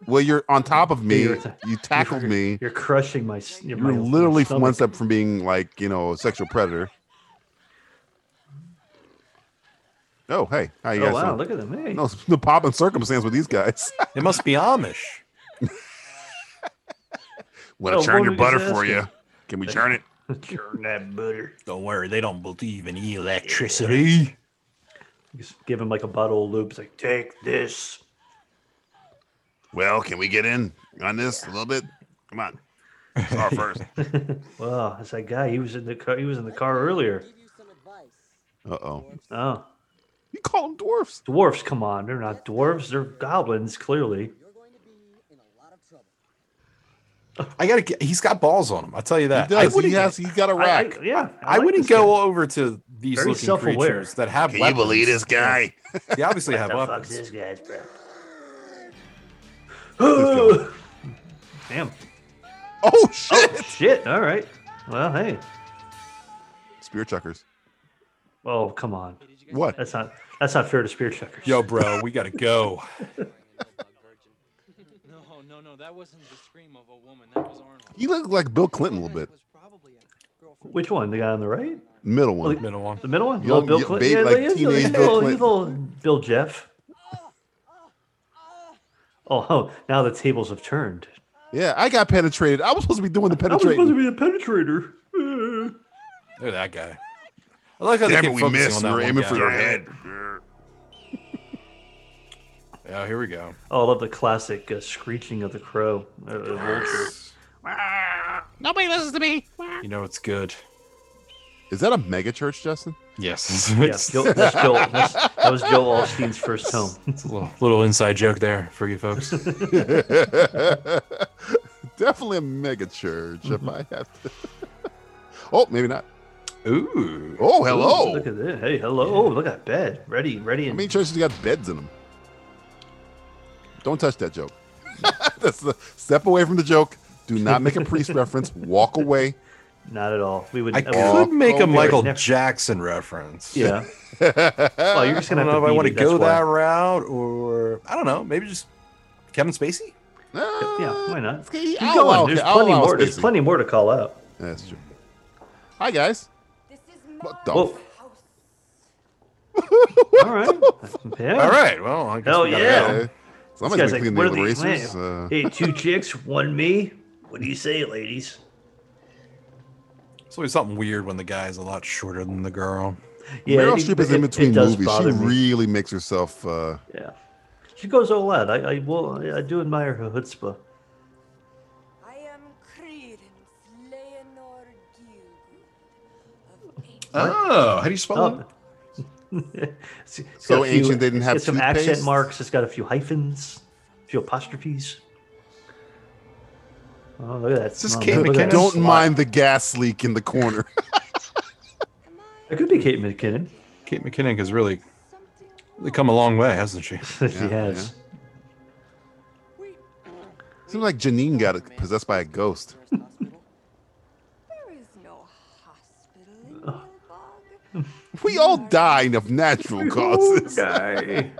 Well, you're on top of me. You're- you're- You tackled me. You're crushing my. s- Your, You're my- my literally from one stomach. step from being like, you know, a sexual predator. Oh, hey. How you Oh guys wow! doing? Look at them. Hey. No, *laughs* the pop and circumstance with these guys. *laughs* It must be Amish. Want Oh, to churn what your was butter asking? for you? Can we churn it? *laughs* Churn that butter. Don't worry, they don't believe in electricity. Just give him like a bottle of lube. It's like, take this. Well, can we get in on this a little bit? Come on. Start first. *laughs* Wow, it's that guy. He was in the car. He was in the car earlier. Give you some advice. Uh oh. Oh, You call them dwarfs. dwarfs! Come on, they're not dwarfs. They're goblins, clearly. You're going to be in a lot of trouble. I gotta. Get, he's got balls on him. I'll tell you He that. I does. He wouldn't- has, he's got a I- I- rack. yeah, I, like wouldn't this go guy. over to these Very looking self-aware. creatures that have. Can you believe this weapons. guy? *laughs* They obviously have What the fuck's weapons. this guy's bro? *laughs* going. Damn. *laughs* Oh, shit. Shit. All right. Well, hey. Spear chuckers. Oh, come on. What? That's not. That's not fair to spear checkers. Yo, bro, we gotta go. No, no, no. That wasn't the scream of a woman. That was Arnold. You look like Bill Clinton a little bit. Which one? The guy on the right? Middle one. Middle one. The middle one? Young- Little Bill young- Clinton. big, yeah, like, he's a- he's a teenage Bill little- he's a Clinton. little Bill Jeff. Oh, oh, now the tables have turned. Yeah, I got penetrated. I was supposed to be doing the penetrating. be a penetrator. Uh, Look at that guy. I like how they Damn keep it, we focusing missed. on We were that one aiming guy. for their head. Yeah, here we go. Oh, I love the classic uh, screeching of the crow. Uh, the vulture. You know it's good. Is that a mega church, *laughs* Justin? *laughs* *laughs* Yes. Yeah, Joe, that's Joel. That's, that was Joe Alstein's first home. It's a little, little inside joke there for you *laughs* folks. Mm-hmm. Definitely a mega church, if I have to. *laughs* oh, maybe not. Ooh. Oh, Ooh, Look hello. at this. Hey, hello. Oh, look at that bed. Ready, ready. How And many churches got beds in them? Don't touch that joke. *laughs* That's the step away from the joke. Do not make a priest *laughs* reference. Walk away. not at all. We would. I would- all could make a over Michael never- Jackson *laughs* *laughs* reference. Yeah. well, you're just I gonna have don't know if I to want to beat it, that's go why. that route or I don't know. Maybe just Kevin Spacey. Yeah, why not? Oh, Okay, Keep Ah, I'll allow- going. There's I'll plenty allow more. There's Spacey. plenty more to call out. That's true. Hi, guys. What the Whoa. Oh. All right. Yeah. All right. Well, I guess Hell we gotta yeah. go. f- This Somebody's guy's been like, cleaning what the are these? erasers. Hey, Uh, hey, two chicks, one me. What do you say, ladies? It's always something weird when the guy's a lot shorter than the girl. Meryl it- Streep is it- in it between does movies. She bother me. really makes herself. Uh, Yeah. She goes all out. I, I will. I, I do admire her chutzpah. *laughs* I am Credence Leonor Gilgud of Oh, how do you spell Oh. that? It's- it's So got a ancient they didn't it's have got some toothpaste? accent marks. It's got a few hyphens, a few apostrophes. Oh, look at that! this smell. Kate Look at that. McKinnon? don't Slide. mind the gas leak in the *laughs* corner. It could be Kate McKinnon. *laughs* Kate McKinnon has really, really come a long way, hasn't she? she has. Seems like Janine got possessed by a ghost. There is no hospital in Nilbog. We all die of natural causes. Guy.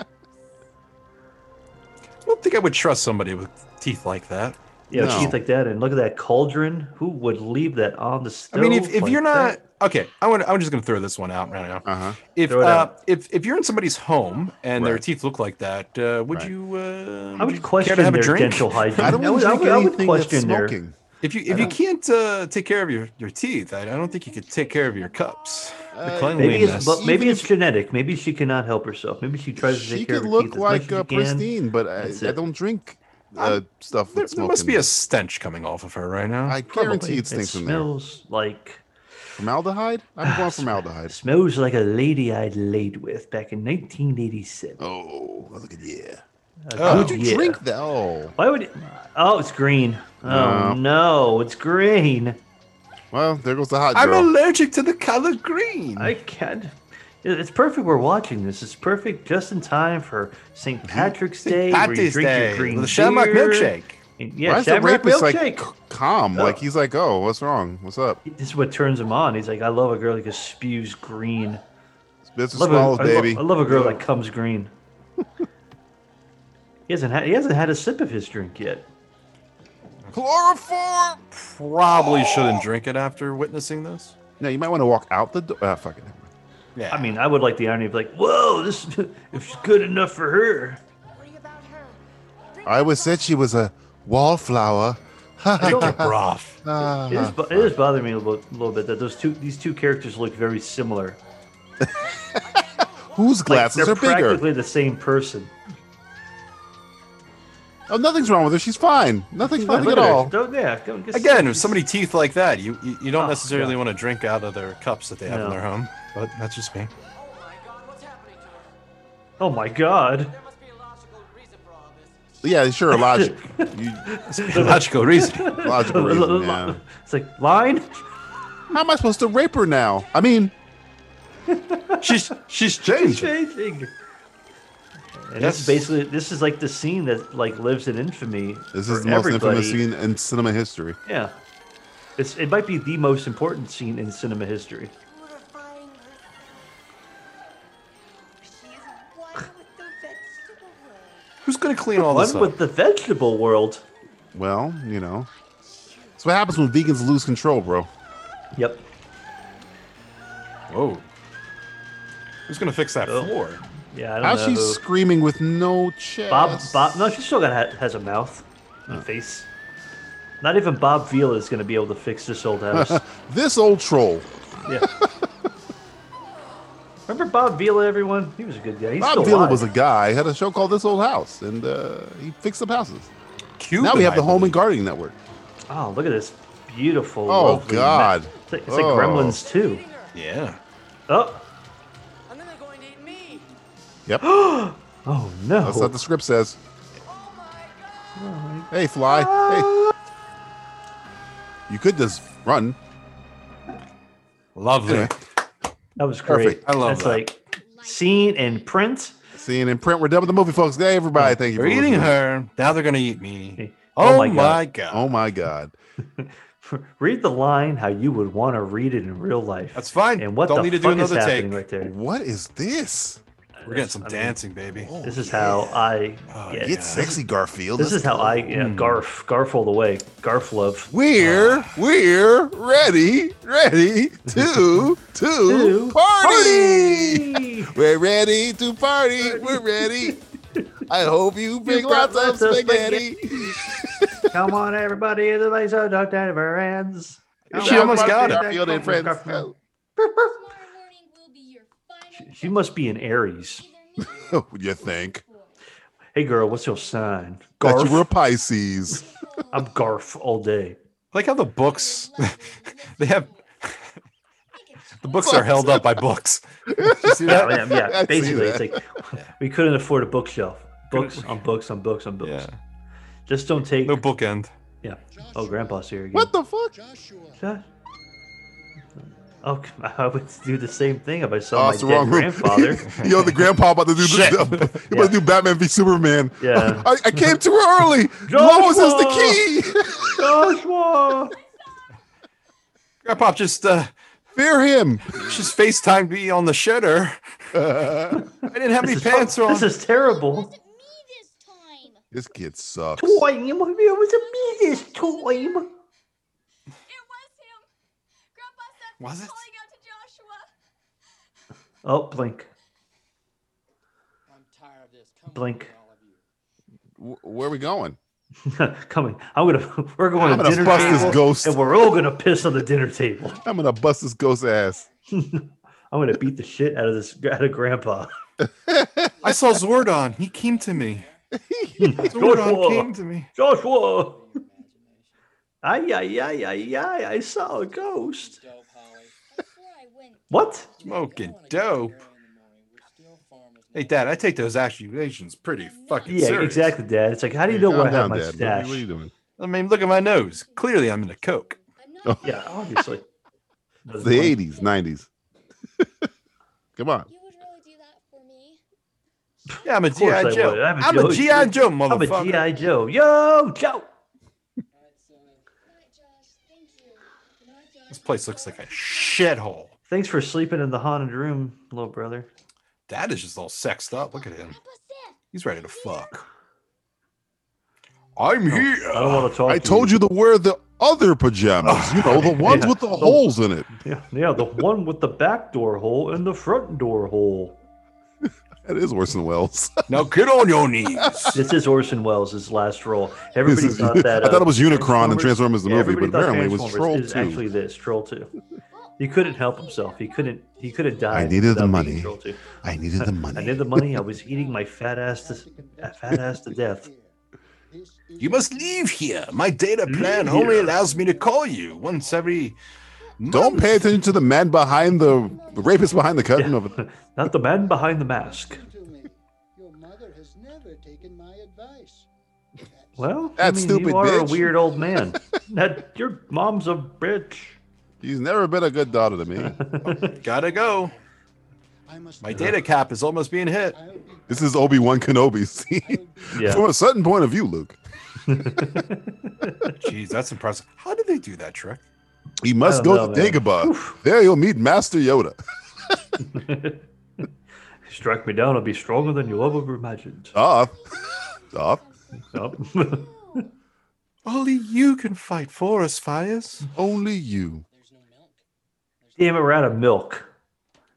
I don't think I would trust somebody with teeth like that. Yeah, No. teeth like that, and look at that cauldron. Who would leave that on the I stove? mean, if, if like you're not that? Uh-huh. okay, I want. I'm just gonna throw this one out right now. Uh huh. If Throw it uh, out. if if you're in somebody's home and their Right. teeth look like that, uh, would Right. you? Uh, I you would question care to have their a drink? dental hygiene. *laughs* I don't want would- to I drink would- I would anything that's question their- smoking. If you if you can't uh, take care of your your teeth, I, I don't think you could take care of your cups. The Uh, Maybe cleanliness. it's but maybe Even it's genetic. Maybe she cannot help herself. Maybe she tries to take She care could of her look teeth as much like as uh, she can. pristine, but I, That's I it. don't drink uh, stuff there, that's there smoking. must be a stench coming off of her right now. I guarantee it stinks in there. smells like Formaldehyde? I'm *laughs* going formaldehyde. smells like a lady I'd laid with back in 1987. Oh, look at yeah. A Oh. good Would you year. drink that? Oh, Why would? It, oh, it's green. No. Oh no, it's green. well, there goes the hot I'm girl. allergic to the color green. I can't. it- It's perfect. We're watching this. It's perfect, just in time for Mm-hmm. St. Patrick's Day. where you Patty's drink Day, your green the Shamrock beer. milkshake. And, yeah, Why is the Shamrock rapist milkshake. like c- calm? Like Oh. he's like, oh, what's wrong? What's up? this is what turns him on. He's like, I love a girl that just spews green. This I is love, swallow, a, I love- baby. I love, a girl that comes green. *laughs* he hasn't had he hasn't had a sip of his drink yet. Chloroform. Probably shouldn't drink it after witnessing this. No, you might want to walk out the door. Ah, fuck it. never mind. Yeah, I mean, I would like the irony of like, whoa, this *laughs* if she's good enough for her. Worry about her. I always said she was a wallflower. drink your broth. Ah. It is, bo- it is bothering me a little, little bit that those two these two characters look very similar. Whose Like, glasses they're are bigger? practically the same person. Oh, nothing's wrong with her. She's fine. Nothing, nothing at Look at her. all. Don't- yeah, go and get Again, some- with somebody teeth like that, you you, you don't Oh, necessarily God. want to drink out of their cups that they have in No. their home. But that's *laughs* just me. Oh my god, what's happening to her? Oh my god. There must be a logical reason for all this. Yeah, sure. *laughs* Logic. You, Logical reasoning. logical reason. Yeah. It's like line. How am I supposed to rape her now? I mean, She's she's changed. changing. And Yes. that's basically this is like the scene that like lives in infamy. this for is the most everybody. infamous scene in cinema history. Yeah, it's it might be the most important scene in cinema history. Purifying herself. She is one *sighs* with the vegetable world. Who's gonna clean all this One up? with the vegetable world. Well, you know, that's what happens when vegans lose control, bro. Yep. Whoa. Who's gonna fix that Oh. floor? Yeah, I don't How know. she's screaming with no chest. Bob. Bob. No, she's still got ha- has a mouth, and a face. Not even Bob Vila is going to be able to fix this *laughs* old house. This old troll. yeah. Remember Bob Vila, everyone? He was a good guy. He's still Bob Dylan alive. was a guy. Had a show called This Old House, and uh, he fixed up houses. Cuban, now we have the I Home and believe. Gardening Network. Oh, look at this beautiful. Oh, lovely ma- God. It's like, it's like Oh. Gremlins too. Eating her, Yeah. Oh, and then they're going to eat me. Yep, that's *gasps* oh no. what the script says. Oh my god! Hey, fly. Hey, you could just run. Lovely. Anyway. That was great. Perfect. I That's love that. like scene and print. *laughs* Seeing in print, we're done with the movie, folks. Hey, everybody, thank you They're eating listening. her. Now they're gonna eat me. Oh Oh, my my, God. god. Oh my God! Read the line how you would want to read it in real life. That's fine. And what Don't the need to do fuck is another happening take. right there? What is this? We're getting some I mean, oh. dancing, baby. This is how I Oh, get. Get sexy, Garfield. This Let's is how go. I yeah, Garf Garf all the way. Garf love. We're we're ready, ready to to To party. We're ready to party. We're ready. I hope you bring brought lots of lots of spaghetti. Come on, everybody, into the place of Dr. Friends. She almost got it. Garfield and friends. Garfield. Tomorrow morning will be your She, final she must be an Aries. either *laughs* me Oh, you think? Hey, girl, what's your sign? That you were Garf. Pisces. I'm Garf all *laughs* day. Like how the books *laughs* they have *laughs* the books are Books. held up by books. *laughs* you see Oh, Yeah, that? yeah, *laughs* yeah, I see basically, that. it's like we couldn't afford a bookshelf. Books on books on books on books. Yeah. Just don't take. No bookend. Yeah. Oh, Grandpa's here again. What the fuck? the? Oh, c- *laughs* I would do the same thing if I Oh, saw my it's the dead wrong room. grandfather. *laughs* Yo, the grandpa about to do Shit. the, he about to do Batman v Superman. Yeah. *laughs* I, I came too early. Lois has the key. *laughs* Joshua. Grandpa just uh Fear him. just FaceTimed me on the *laughs* shitter. I didn't have any This is, pants on. this is terrible. this time. This kid sucks. Time. It was me this time. It was him. Grandpa said Was it? calling out to Joshua. Oh, blink. I'm tired of this. Come on, Blink. *laughs* all of you. Wh- Where are we going? Coming. I'm gonna. *laughs* We're going I'm to gonna dinner bust this table, ghost. and we're all gonna piss on the dinner table. I'm gonna bust this ghost ass. I'm gonna beat the shit out of this *laughs* out of Grandpa. I saw Zordon. He came to *laughs* me. Zordon came Joshua. to me. Joshua. Ay ay ay ay ay! I saw a ghost. Dope, Holly. Before I went What? Smoking I wanna get up dope. early in the morning. We're still farmers now. Hey Dad, I take those accusations pretty fucking Yeah, serious. exactly, Dad. It's like, how do you know Calm where I down, have my Dad. What are stash? you- What are you doing? I mean, look at my nose. Clearly I'm in a coke. I'm not *laughs* Yeah, *laughs* obviously. It's the '80s, '90s. *laughs* Come on. You would really do that for me. Yeah, I'm a course I G.I. Joe. would. I'm a I'm a Joe. G.I. Joe, I'm a motherfucker. GI Joe. Yo, Joe. Not Josh, thank you. Not Josh. This place looks like a shithole. Thanks for sleeping in the haunted room, little brother. Dad is just all sexed up. Look at him. Grandpa Seth, He's ready to fuck. I'm here. I don't want to talk. *sighs* I to told you to wear the other pajamas. You know, *laughs* the ones Yeah. with the holes in it. Yeah, yeah, the one with the back door hole and the front door hole. That is Orson *laughs* Welles. Now get on your knees. This is Orson Welles' last role. This Everybody is- thought *laughs* that. I thought uh, it was Unicron and Transformers the yeah, movie, but everybody thought apparently it was Troll Transformers is 2. Actually, this Troll Two. He couldn't help himself. He couldn't. He could have died. needed the without being money. Troll 2. I needed the I money. needed the money. I was eating my fat ass to fat ass to death. *laughs* You must leave here. My data plan Leave only here. allows me to call you once every. Don't pay attention to the man behind the the rapist behind the curtain of it. Not the man behind the mask. to me. Your mother has never taken my advice. Well, That I mean, stupid you are bitch. a weird old *laughs* man. that your mom's a bitch. She's never been a good daughter to *laughs* me. Gotta go. I must My data cap is almost being hit. I'll be This is Obi Wan Kenobi. *laughs* See, from Yeah. a certain point of view, Luke, Jeez, that's impressive. How did they do that trick? he must I go don't to know, man. Dagobah. There he'll meet Master Yoda. Strike me down. I'll be stronger than you ever imagined. Doth, Doth, Yup. Only you can fight forest fires. only you. There's no milk. *laughs* Damn it, we're out of milk.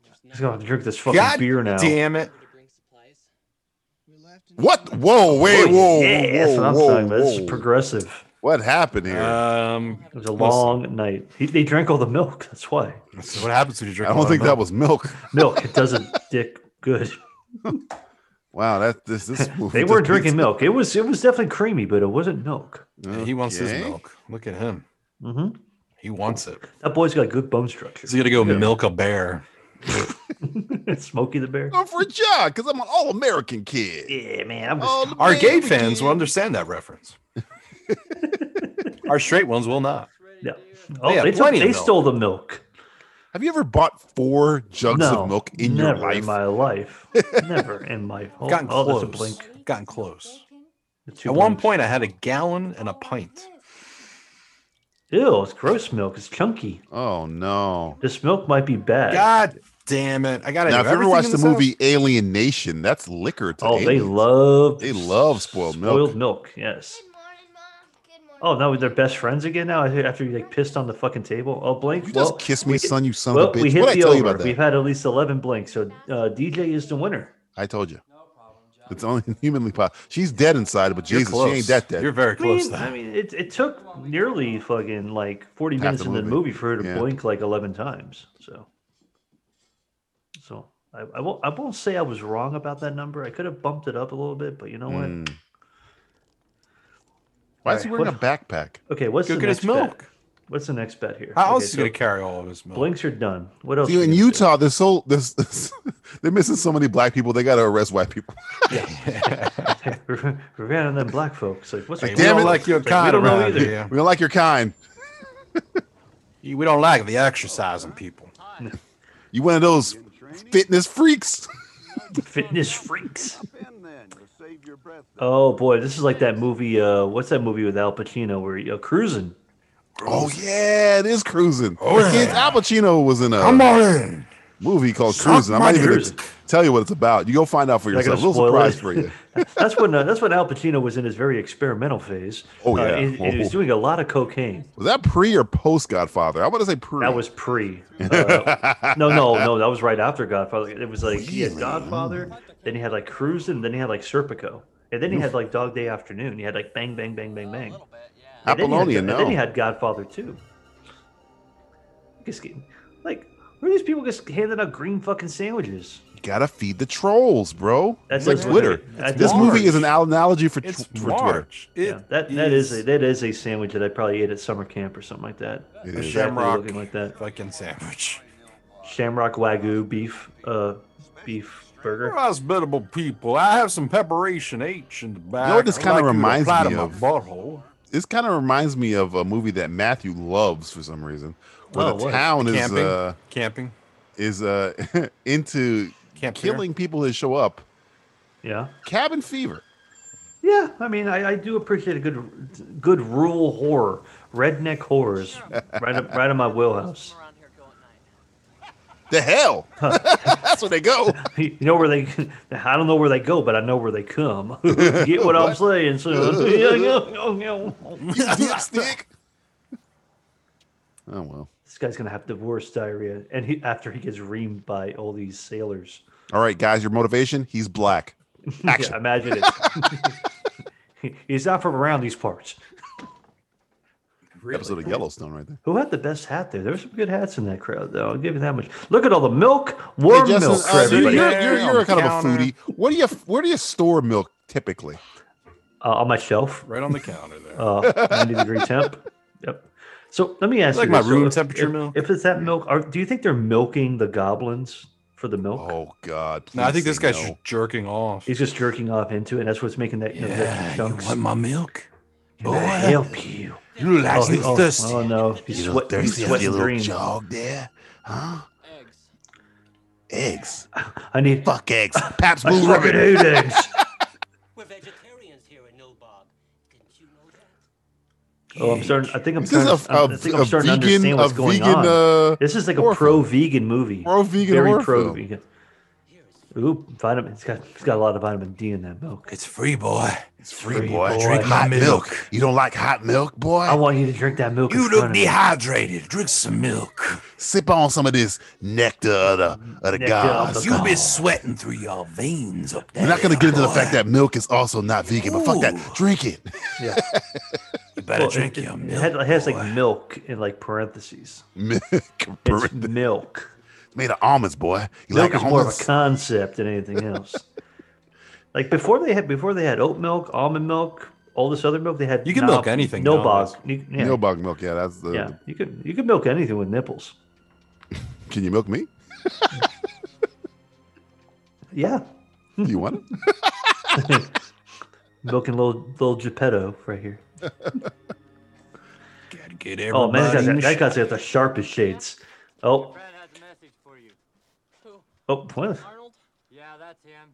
There's I'm just gonna have to drink this fucking God beer now. damn nowhere it. to bring supplies. What? Whoa! Wait! Whoa! Oh, yeah, that's what whoa! I'm Whoa! talking about. This whoa. is progressive. what happened here? Um, It was a Must- long night. He, they drank all the milk. That's why that's what happens when you drink? I a lot don't of think milk. that was milk. milk. It *laughs* doesn't dick good. Wow, that this *laughs* this movie. They were just- drinking milk. It was it was definitely creamy, but it wasn't milk. Yeah, he wants his Okay. milk. Look at him. hmm He wants it. That boy's got good bone structure. *laughs* He's gonna go milk a bear. Smokey the Oh. Bear. Go for a job, cause I'm an all-American kid. Yeah, man. I'm just, Our gay All-American fans will kid. understand that reference. *laughs* Our straight ones will not. yeah. Oh, had they, took, plenty of they milk. stole the milk. Have you ever bought four jugs no, of milk in your never life? in *laughs* my life. never in my whole Gotten oh, that's a close. blink. Gotten close. The two At one blinks. point, I had a gallon and a pint. Ew, it's gross milk. It's chunky. Oh no! This milk might be bad. God damn it! I gotta. Now, if you ever do everything watched in the this house. movie Alien Nation, that's liquor to oh, they aliens. love They love spoiled milk. Spoiled milk, yes. Good morning, Mom. Good morning. Oh, now they're best friends again now after after you like pissed on the fucking table. Oh, blink. You well, just kiss me, we- son. You son Well, of a bitch. we hit what the I tell over. you about that? We've had at least eleven blinks, so uh, DJ is the winner. I told you. It's only *laughs* humanly possible. She's dead inside, but You're Jesus, close. she ain't that dead. You're very I mean, close. to I that. mean, it, it took nearly fucking like forty Half minutes the into the movie. movie for her to Yeah. blink like eleven times. So, so I, I won't I won't say I was wrong about that number. I could have bumped it up a little bit, but you know what? Mm. Why is he Alright, wearing a what- backpack? Okay, what's Go the get next his milk. Bet? What's the next bet here? How okay, else is he so gonna carry all of his milk? blinks are done. What *laughs* else? See, we in *laughs* gonna do? *laughs* Utah, there's so there's, *laughs* they're missing so many black people. They got to arrest white people. *laughs* we ran on them black folks. Like, what's Like, we damn don't it. *laughs* like your we don't know either. yeah. we don't like your kind. You- We don't like the exercising *clears throat* people. You one of those fitness freaks. *laughs* fitness freaks. Oh boy, this is like that movie. Uh, what's that movie with Al Pacino where he- uh, cruising? Oh yeah, it is cruising. Oh, yeah. Kids, Al Pacino was in a on in. movie called Suck Cruising. I'm my not even dick. gonna tell you what it's about. You go find out for Not gonna yourself. A little spoil it. surprise for *laughs* you. that's when uh, that's when Al Pacino was in his very experimental phase. Oh, Uh, yeah. he, he was Oh. doing a lot of cocaine. Was that pre or post Godfather? I want to say pre. *laughs* That was pre. Uh, no, no, no. That was right after Godfather. It was like he had Godfather, then he had like Cruising, then he had like Serpico, and then he had like Dog Day Afternoon. He had like Bang Bang Bang Bang Bang. And then he had- Apollonia. and No, then he had Godfather too. Just getting, like, where are these people just handing out green fucking sandwiches? You gotta feed the trolls, bro. That's That's like it. Twitter. That's This March. movie is an analogy for, It's tw- for Twitter. March. yeah, that that is a that is a sandwich that I probably ate at summer camp or something like that. It a is. Exactly shamrock looking like that. fucking sandwich. Shamrock Wagyu beef, uh, beef burger. We're hospitable people. I have some preparation H in the back. what this I'd kinda like you to reminds apply to me my of? Butthole. This kind of reminds me of a movie that Matthew loves for some reason, where Oh, the what? town is Camping. uh, Camping. is uh, *laughs* into Camp here. killing people that show up. Yeah, Cabin Fever. yeah. I mean, I, I do appreciate a good good rural horror, redneck horrors, right up right in my wheelhouse. *laughs* Around here go at night. The *laughs* hell. That's where they *laughs* go. You know where they? I don't know where they go, but I know where they come. *laughs* Get what, I'm saying, *laughs* son. You dipstick. Oh well. this guy's gonna have divorce diarrhea, and he after he gets reamed by all these sailors. All right, guys, your motivation. He's black. Action. Yeah, *laughs* imagine it. *laughs* He's not from around these parts. Episode of Yellowstone, right there. Who had the best hat there? There were some good hats in that crowd, though. I'll give you that much. Look at all the milk, warm Justin, milk for uh, you're, everybody. you're, you're, Yeah, you're a kind of a counter. foodie. What do you where do you store milk typically? Uh, on my shelf, Right on the *laughs* counter there. uh, 90 degree temp. Yep. So let me ask Like you my this. So room if- temperature if, milk. If it's that milk, are, do you think they're milking the goblins for the milk? Oh God! no, I think please this say guy's no. just jerking off. He's just jerking off into it. And that's what's making that you know, that chunks. my milk? Can I help you. You Oh, actually he- oh, oh, no, he's, sweat, he's sweating green. jog there, huh? Eggs. Eggs, I need fuck *laughs* eggs, Paps I Blue fucking Ribbon. hate eggs. We're vegetarians here in Nilbog. Didn't you know that? Oh, I'm starting. I think I'm This is starting. a, I'm- I a, think a I'm starting to vegan, understand a what's going vegan, on. uh, This is like a horror pro film. vegan movie. Pro-vegan Very horror pro film. vegan. Ooh, vitamin. It's got it's got a lot of vitamin D in that milk. It's free, boy. It's free, free, boy. boy. Drink My hot milk. You don't like hot milk, boy? I want you to drink that milk. in front of me. dehydrated. Drink some milk. Sip on some of this nectar of the, of the Nectar of gods. the You been sweating through your veins up there. We're not gonna get into the fact that milk is also not vegan, but fuck Ooh. that. Drink it. Yeah. you better Well, it, it- it had- it has like milk in like parentheses. Milk, It's it's *laughs* milk. *laughs* made of almonds, boy. You milk like is more of a almonds? concept than anything else. like before they had before they had oat milk, almond milk, all this other milk. They had You can milk anything No nowadays. bog. You- Yeah, Nilbog milk, yeah. That's the. yeah. You could you could milk anything with nipples. Can you milk me? *laughs* Yeah, Do you want it? milking little little Geppetto right here. Gotta get Oh man, that everybody guy's in got, that the guy's got the sharpest shades. Oh, Brad had Oh, what? Arnold? Yeah, that's him.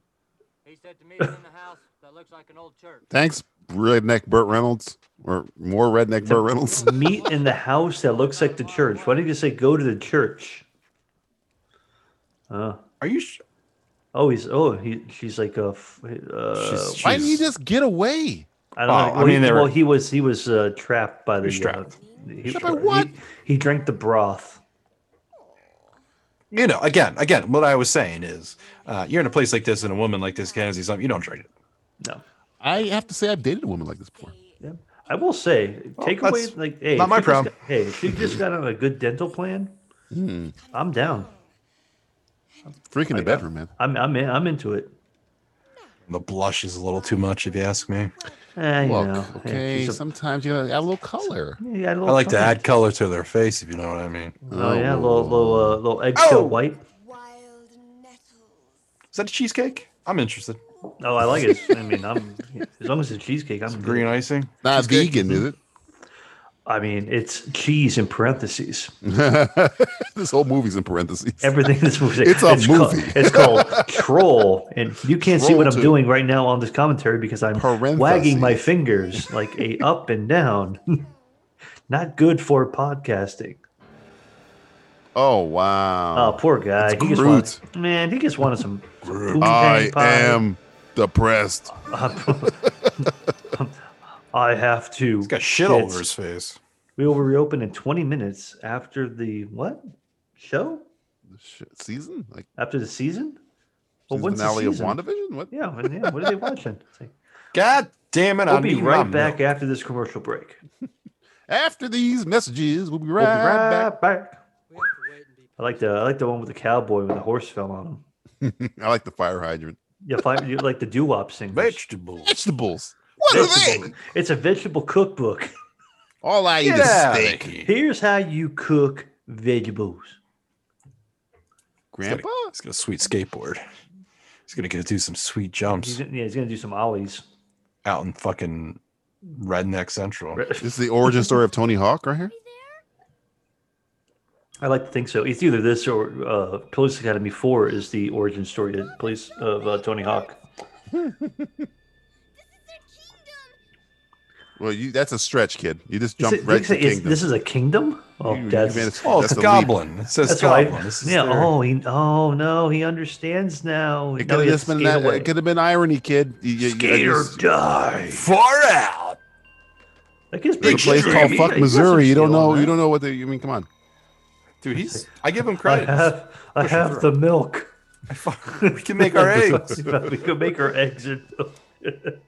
He said *laughs* to meet him in the house that looks like an old church. Thanks, redneck Burt Reynolds, or more redneck Burt *laughs* Reynolds. Meet in the house that looks like the church. Why didn't you say go to the church? Uh, Are you? Sh- oh, he's oh he. She's like a. f- Uh, She's- Why didn't he she's- just get away? I don't Oh, know. I Well, mean, he, they were- well, he was he was uh, trapped by the. He's trapped. Uh, he, Trapped by what? He, he drank the broth. you know, again, again, what I was saying is, uh, you're in a place like this, and a woman like this can something you don't drink it. No. I have to say, I've dated a woman like this before. Yeah. I will say, take away that's like hey, not if my you just got- problem. Hmm. hey, if you just got on a good dental plan, I'm down. Freaking the bedroom, man. I'm I'm in, I'm into it. The blush is a little too much, if you ask me. Eh, you Look, know, hey, okay, she's a- sometimes you gotta add a little color. yeah, you got a I little like to something. add color to their face, if you know what I mean. Oh yeah, little little uh, little eggshell Oh! white. Is that a cheesecake? I'm interested. Oh, *laughs* I like it. I mean, I'm as long as it's cheesecake, I'm Green good. icing. Not vegan, is it? *laughs* I mean, it's cheese in parentheses. this whole movie's in parentheses. Everything *laughs* in this movie. It's a called- movie. it's *laughs* called Troll, and you can't see what Troll I'm two. doing right now on this commentary because I'm wagging my Parentheses. fingers like *laughs* a up and down. *laughs* Not good for podcasting. oh Oh, wow! poor guy. It's He just wanted, man, he just wanted some. some I poontang pie. am depressed. I have to. He's got shit all over his face. We will reopen in 20 minutes after the what show? Sh- Season like After the season? Well, season when's the finale of season? WandaVision. What? Yeah, when- yeah. What are they *laughs* watching? It's like, God damn it! we'll I be need right my back milk. after this commercial break. After these messages, we'll be right, We'll be right back. back. We have to wait and be I like the I like the one with the cowboy with the horse fell on him. *laughs* I like the fire hydrant. Yeah, fine, you like the doo wop singers. Vegetables. Vegetables. What are they? Vegetable- It's a vegetable cookbook. All I eat Get is outta steak. here. Here's how you cook vegetables. He's gonna- Grandpa, He's got a sweet skateboard. He's gonna go do some sweet jumps He's, gonna- yeah, he's gonna do *laughs* some ollies. out in fucking redneck central. this is the origin story of Tony Hawk right here. I like to think so. It's either this or uh, Police Academy Four is the origin story of Police of uh, Tony Hawk. Well, you that's a stretch, kid. You just Is jump it- right is to it- is- kingdom. this is a kingdom. Oh, You- you that's fantasy- Oh, that's it's a a leap. goblin. It says that's why. goblin. This is yeah. their- Oh, he. Oh no, he understands now. It Now could have he has just to been skate that, away. it could have been irony, kid. You- you- you- I Skate or just- die. far out. Like his there's a big place dream, called he- Fuck he wasn't Missouri. You don't stealing know. You that. don't know what they. You mean? Come on. Dude, he's. I give *laughs* him I credit. have. I Push him have the milk. I fuck- we *laughs* can make our eggs. we can make our eggs. and milk. *laughs*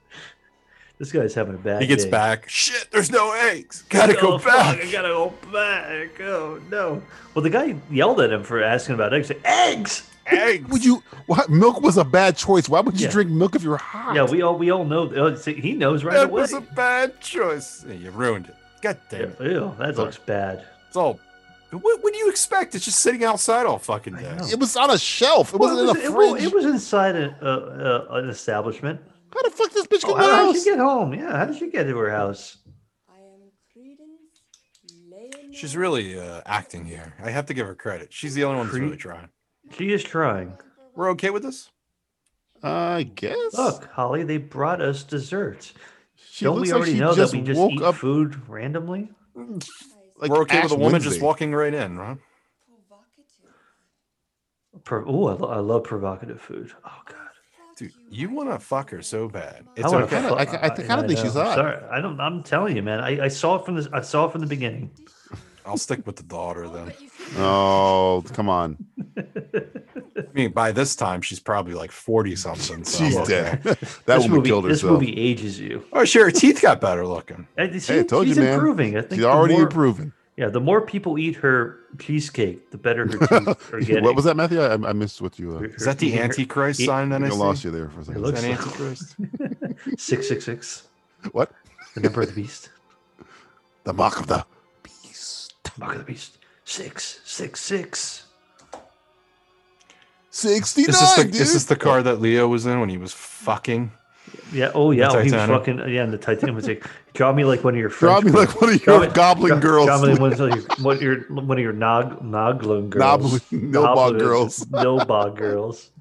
this guy's having a bad. He gets day. back. Shit, there's no eggs. Gotta Oh, go fuck, back. I gotta go back. Oh no. Well, the guy yelled at him for asking about eggs. He said, Eggs. Eggs. Would you? What, milk was a bad choice. Why would you Yeah. drink milk if you're hot? Yeah, we all we all know. oh, see, He knows *laughs* right That away. was a bad choice. Yeah, you ruined it. God damn it. Yeah, Ew, that looks bad. It's all. What, what do you expect? It's just sitting outside all fucking day. know. It was on a shelf. It Well, wasn't it in a was- fridge. It was, it was inside a, a, a, an establishment. How the fuck this bitch get Oh, in my how, how did house? she get home? Yeah, how did she get to her house? She's really uh, acting here. I have to give her credit. She's the only one that's Creep. really trying. She is trying. We're okay with this? I guess. Look, Holly, they brought us desserts. she Don't looks we like already she know just that we just woke eat up food randomly? like We're okay Ash with a woman just Wednesday. walking right in, right? Pro- oh, I, lo- I love provocative food. Oh God, Dude, you want to fuck her so bad. It's wanna okay. I ca- I I- kinda I think she's know. hot. Sorry, I don't. I'm telling you, man. I, I saw it from the I saw it from the beginning. I'll stick with the daughter then. Oh, come on. I mean, by this time, she's probably like 40 something. *laughs* So She's I'm okay. dead. *laughs* that Oh, this woman movie, killed this herself. movie ages you. Oh, sure. Her teeth got better looking. And Hey, I she- told she's you, man. improving. I think She's the already more- improving. *laughs* Yeah, the more people eat her cheesecake, the better her teeth are getting. What was that, Matthew? I, I missed what you. Uh, Her- Is that the her- Antichrist it- sign I that I think I see? lost you there for a second. It looks Is that like Antichrist? six six six. What? The number of the beast. The mark of the. Mark of the beast. Six six six. 69, This is the dude. this is the car that Leo was in when he was fucking. Yeah. Oh yeah. The oh, he was Titanic. fucking yeah. And the Titan was like Draw me like one of your Draw French me girls. like one of your Draw me- goblin girls. draw- Draw me like one of your one of your, one of your nog, noglin girls. Noblin- Nilbog Noblin- *laughs* girls. Nilbog girls.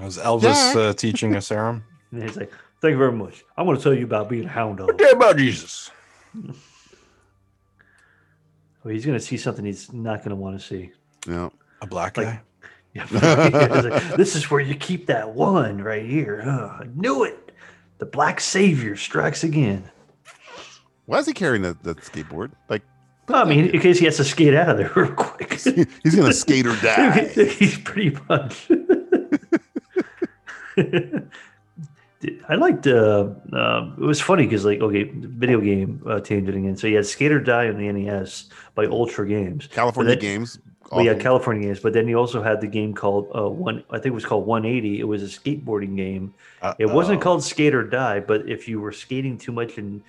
Was Elvis Jack. uh, teaching us Aram? And he's like, "Thank you very much. I'm going to tell you about being a hound dog." Forget about Jesus. Oh, he's going to see something he's not going to want to see. *laughs* Yeah. A black Like- guy. Yeah, it's like, this is where you keep that one right here. Huh? I knew it. The black savior strikes again. Why is he carrying that, that skateboard? Like *laughs* Well, I mean, in case he has to skate out of there *laughs* real quick. he's gonna skate *laughs* or die. He's pretty much. *laughs* I liked. Uh, um, it was funny because, like, okay, video game uh, tangent again. So you had Skate or Die on the NES by Ultra Games. But California that- games. Well, yeah, awful. California games. But then you also had the game called uh, one. I think it was called 180. It was a skateboarding game. It wasn't Uh-oh. called Skate or Die, but if you were skating too much and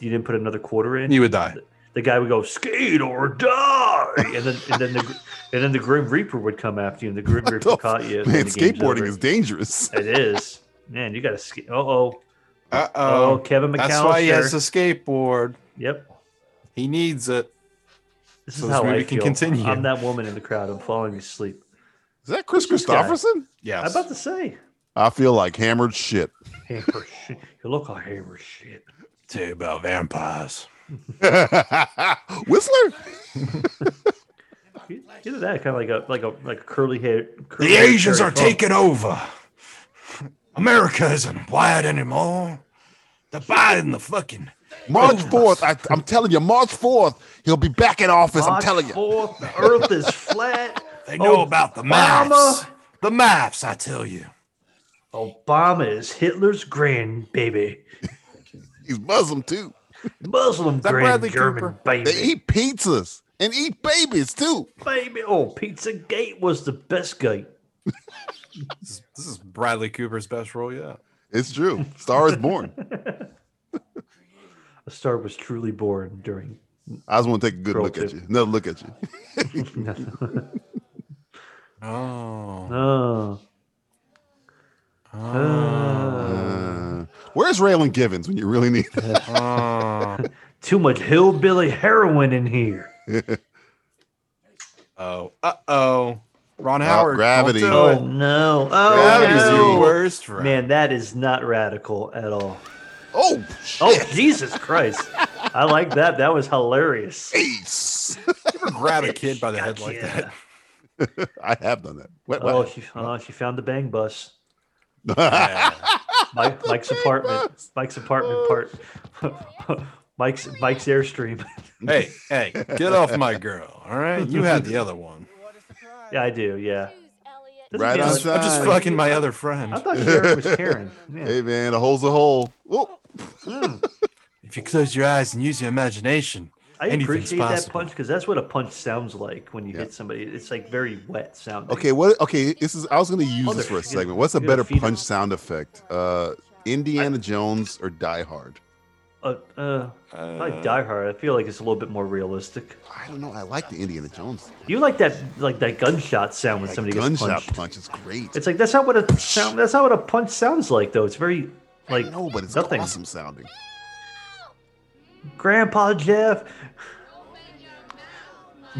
you didn't put another quarter in, You would die. the guy would go skate or die, and then and then the and then the Grim Reaper would come after you, and the *laughs* Grim Reaper the- caught you. Man, skateboarding is dangerous. It is, man. You got to skate. Uh oh. Uh Oh, Kevin That's why he has McAllister. the skateboard. Yep. He needs it. This So is this how movie I can feel. continue. I'm that woman in the crowd. I'm falling asleep. Is that Chris Who's this guy? Christopherson? I'm Yes. about to say, I feel like hammered shit. *laughs* hammer shit. You look like hammer shit. Say about vampires. Whistler? Either that, kind of like a like a like a curly hair. Curly The Asians haired are Terry taking over. America isn't wide anymore. They're buying the fucking. March 4th. I, I'm telling you, March 4th, he'll be back in office. Fox. I'm telling you. Fourth, the *laughs* Earth is flat. They know Oh, about the Obama. maps. The maps, I tell you. Obama is Hitler's grandbaby. He's Muslim too. Muslim that grand Bradley German Cooper? baby. They eat pizzas and eat babies too. baby. Oh, Pizza Gate was the best gate. This is, this is Bradley Cooper's best role yet. It's true. Star is born. A star was truly born during. *laughs* I just want to take a good Girl look at too. you. Another look at you. Oh. Oh, *laughs* Uh, oh. where's Raylan Givens when you really need him? Oh. too much hillbilly heroin in here. *laughs* oh. Uh oh. Ron Oh, Howard. don't gravity. do Oh it. no! Oh Gravity's your no. worst friend. Man, that is not radical at all. Oh, *laughs* Oh Jesus Christ! I like that. That was hilarious. *laughs* jeez. grab a kid by the head like Gotcha. that. I have done that. What, what? *laughs* Oh, she, oh, she found the bang bus. *laughs* Yeah. Mike, Mike's apartment. Mike's apartment part. *laughs* Mike's Mike's airstream. *laughs* *laughs* hey, hey, get off my girl. All right. You had the other one. yeah, I do. Yeah. Doesn't Right mean I I'm on just, was- *laughs* I'm just time. fucking my other I friend. thought Sharon *laughs* was Karen. Yeah. Hey man, a hole's a hole. Oh, Mm. If you close your eyes and use your imagination, I Anything's appreciate that possible. punch because that's what a punch sounds like when you Yeah. hit somebody. It's like very wet sounding. okay. What? Okay, this is. I was gonna use this for Mother- a segment. What's a you better feed him. punch sound effect? Uh, Indiana Jones or Die Hard? Uh, uh, I Uh, Die Hard. I feel like it's a little bit more realistic. I don't know. I like the Indiana Jones. You like that like that gunshot sound when That somebody gets gunshot punched. punch is great. It's like that's not what a sound. That's not what a punch sounds like though. It's very like no, but it's nothing. awesome sounding. *laughs* Grandpa Jeff.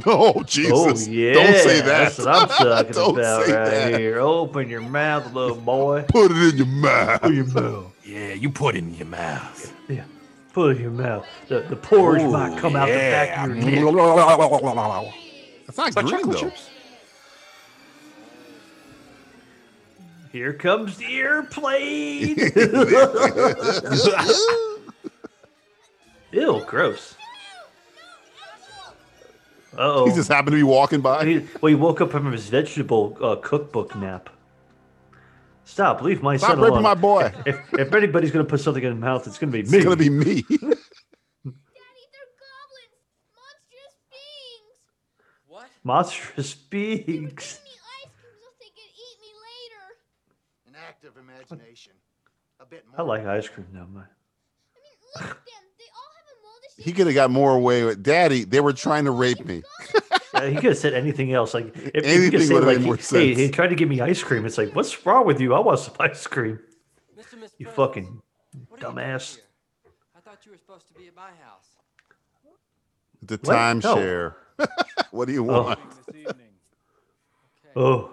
Oh Jesus! oh yeah. Don't say that. That's what I'm *laughs* talking Don't about say right that. here. Open your mouth, little boy. Put it in your mouth. your mouth. yeah, you put it in your mouth. Yeah. Put it in your mouth. The the porridge might come out the back of your Mm-hmm. neck. *laughs* That's not green though. *laughs* Here comes the *laughs* airplane. Ew, gross. Uh oh. He just happened to be walking by. He- well, he woke up from his vegetable uh, cookbook nap. Stop! Leave my Stop son raping alone. my *laughs* boy. If, if anybody's gonna put something in his mouth, it's gonna be me. It's gonna be me. *laughs* Daddy, they're goblins, monstrous beings. What? monstrous beings. Give me ice cubes if they could eat me later. An act of imagination. A bit more. I like ice cream now, I man. mean, *laughs* look at them. They all have a mold he could have got more away with Daddy. They were trying to rape me. Yeah, Uh, he could have said anything else. Like if- if, he Anything could say, would've like, made more hey, sense. he tried to give me ice cream. It's like, what's wrong with you? I want some ice cream. Mr. Miss You Burns, fucking what are you doing dumbass. here? thought you were supposed to be at my house. The What? No. timeshare. *laughs* what do you Oh. want? Oh,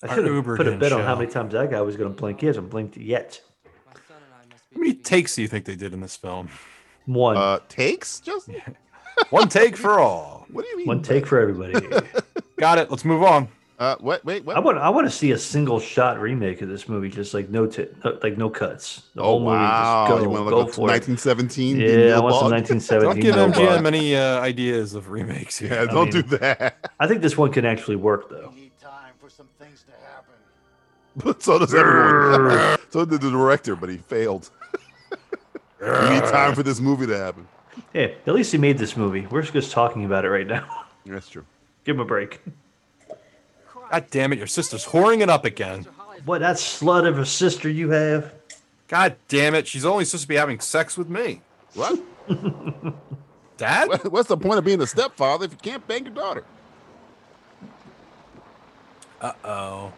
I Our should have Uber put a didn't bet on how show. many times that guy was going to blink. He hasn't blinked yet. How many takes do you think they did in this film? *laughs* One, Uh, takes, Justin? One take for all. What do you mean? one take for *laughs* everybody. Got it. Let's move on. Uh, what? Wait, what? I want, I want to see a single shot remake of this movie, just like no, t- no like no cuts. The oh whole movie, wow! just you go, want to go look for it. 1917? Yeah, I want some Don't 1917. give Nobel. MGM any uh, ideas of remakes. Here. Yeah, don't mean- do that. *laughs* I think this one can actually work though. need time for some things to happen. But so does *laughs* everyone. so did the director, but he failed. *laughs* we need time for this movie to happen. Hey, at least he made this movie. We're just talking about it right now. *laughs* That's true. give him a break. God damn it! Your sister's whoring it up again. What that slut of a sister you have? God damn it! She's only supposed to be having sex with me. What? Dad? What- What's the point of being a stepfather if you can't bang your daughter? Uh oh.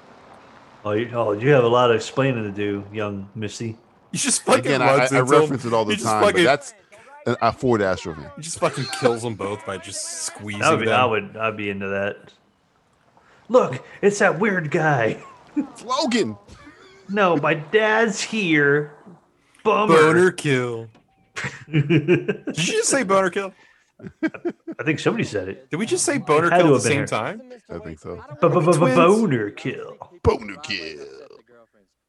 Oh, you, oh, you have a lot of explaining to do, young Missy. You just fucking Again, I, I, runs I into him. reference it all the He just time, but fucking- that's an, a Ford Astro fan. He just fucking kills them both by just squeezing I would, them. I would, I'd be into that. Look, it's that weird guy. It's Logan. No, my dad's here. Boner Bummer. kill. Did you just say boner kill? *laughs* I think somebody said it. Did we just say boner had to kill at have the been same her. time? I think so. twins? Boner kill. Boner kill.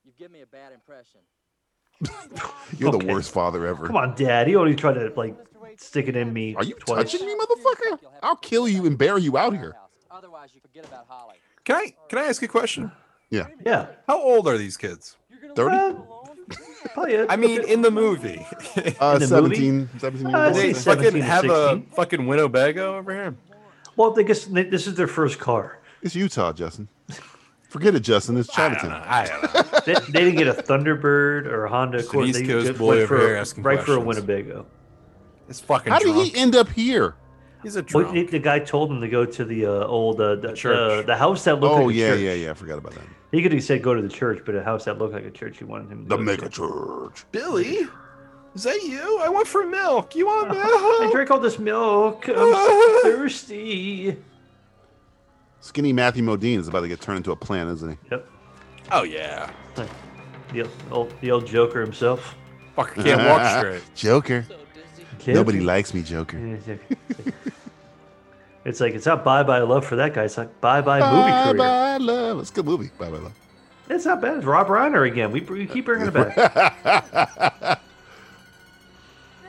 You've given me a bad impression. You're Okay. the worst father ever. Come on, Dad. He only tried to like stick it in me. Are you twice. touching me, motherfucker? I'll kill you and bury you out here. Otherwise, you forget about Holly. Can I can I ask a question? Yeah, Uh, How old are these kids? Thirty? probably. a- I mean, in the movie, *laughs* Uh, In the 17, 17 Uh, years I'd say they old. 17 fucking to have a 16. fucking Winnebago over here. well, I guess th- this is their first car. It's Utah, Justin. Forget it, Justin. It's I don't know. Chinatown. I don't *laughs* know. They, they didn't get a Thunderbird or a Honda Just an Accord. East They Coast just boy went over for a- here asking right for a questions. Winnebago. It's fucking How did drunk. he end up here? He's a Well, drunk. the, the guy told him to go to the uh, old uh, the, church. the, the house that looked Oh like a yeah, church. yeah, yeah. I forgot about that. He could have said go to the church, but a house that looked like a church, he wanted him to The go to mega church. church. Billy, is that you? I want for milk. *laughs* You want I milk? drank all this milk. I'm so *laughs* thirsty. Skinny Matthew Modine is about to get turned into a plant, isn't he? Yep. Oh yeah. The old, the old Joker himself. Fucker *laughs* can't walk straight. Joker. Nobody Joker. likes me, Joker. Yeah, it's like- it's like- *laughs* It's like it's not bye bye love for that guy. It's like bye bye movie Bye career. bye love. It's a good movie. Bye bye love. It's not bad. It's Rob Reiner again. We, we keep bringing it back. And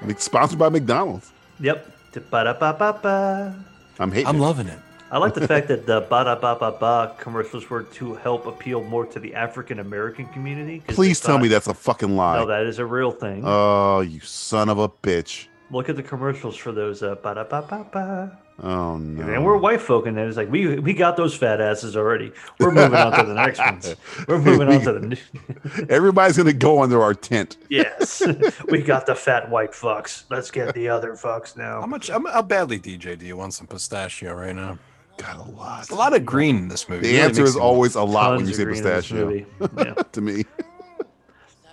*laughs* It's sponsored by McDonald's. yep. Ba-da-ba-ba-ba. I'm hating. I'm it. loving it. I like *laughs* the fact that the ba da ba ba ba commercials were to help appeal more to the African American community. 'cause they Please tell me thought, that's a fucking lie. No, that is a real thing. Oh, you son of a bitch. Look at the commercials for those uh, ba da ba ba ba. Oh no. And we're white folk, and then it's like we we got those fat asses already. We're moving on to the *laughs* next ones. We're moving on to the new- *laughs* Everybody's gonna go under our tent. yes. *laughs* we got the fat white fucks. Let's get the other fucks How now. much? How, how badly, DJ? Do you want some pistachio right now? Got a lot. A lot of green in this movie. The Really answer makes is me- always a lot when Tons you of say green in this pistachio. movie. *laughs* Yeah. To me,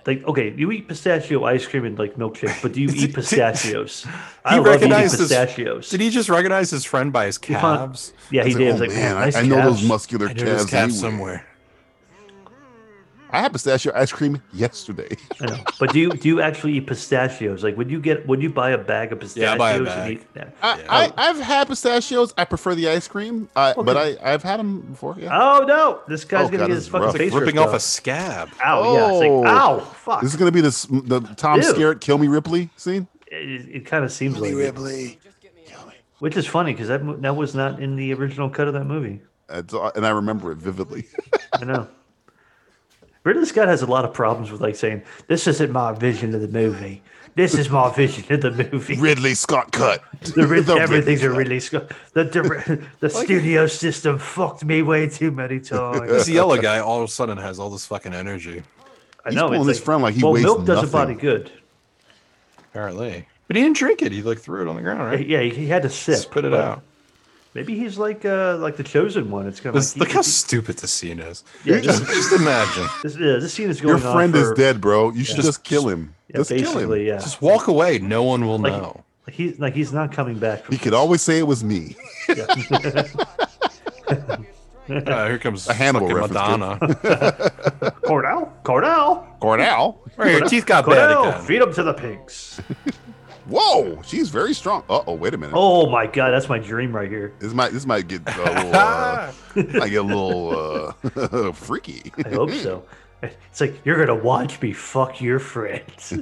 Like, okay, you eat pistachio ice cream and like *laughs* milkshake, but do you eat pistachios? I He love eating recognized his- pistachios. Did he just recognize his friend by his found- calves? yeah, he It's did. oh, It's like, man, I- nice I, know those calves. muscular I know calves. his calves anywhere. somewhere. I had pistachio ice cream yesterday. *laughs* I know. But do you do you actually eat pistachios? Like, would you get would you buy a bag of pistachios Yeah, I buy a and bag. eat that? I, Yeah. I, I've had pistachios. I prefer the ice cream, uh, but I, Okay. I've had them before. Yeah. Oh no! This guy's Oh, gonna God, get this his is fucking rough. face Ripping ripped off a off. scab. Ow! Yeah, it's Oh. like ow! Fuck! This is gonna be the s- the Tom Ew. Scared Kill Me Ripley scene. It, it kind of seems like it. Which is funny because that mo- that was not in the original cut of that movie. It's all- and I remember it vividly. *laughs* I know. Ridley Scott has a lot of problems with like saying, "This isn't my vision of the movie. This is my vision of the movie." Ridley Scott cut. *laughs* the Rid- *laughs* The Ridley everything's a Scott. Ridley Scott. The *laughs* dir- the studio system fucked me way *laughs* too many This times. yellow guy all of a sudden has all this fucking energy. I He's know. pulling it's his friend like he well, weighs milk does a nothing. body good. Apparently, but he didn't drink it. He like threw it on the ground, right? Yeah, he, he had to sip. Just put it but out. Maybe he's like uh like the chosen one. It's kind of This- look how stupid this scene is. Yeah, just, just *laughs* imagine. This, yeah, this scene is going Your on friend is for- dead, bro. You should Yeah. just kill him. Yeah, just kill him. basically, yeah. Just walk away. No one will Like- know. Like he's like he's not coming back. From He could always say it was me. Uh, here comes A Hannibal fucking reference, kid. *laughs* Madonna. Cordell, Cordell, Cornell. Right, your teeth got bad Cordell, again. feed him to the pigs. Whoa, she's very strong. Uh oh, wait a minute. Oh my god, that's my dream right here. This might this might get *laughs* a little Ah. uh, might get a little uh, *laughs* freaky. I hope so. It's like you're gonna watch me fuck *laughs* your friends,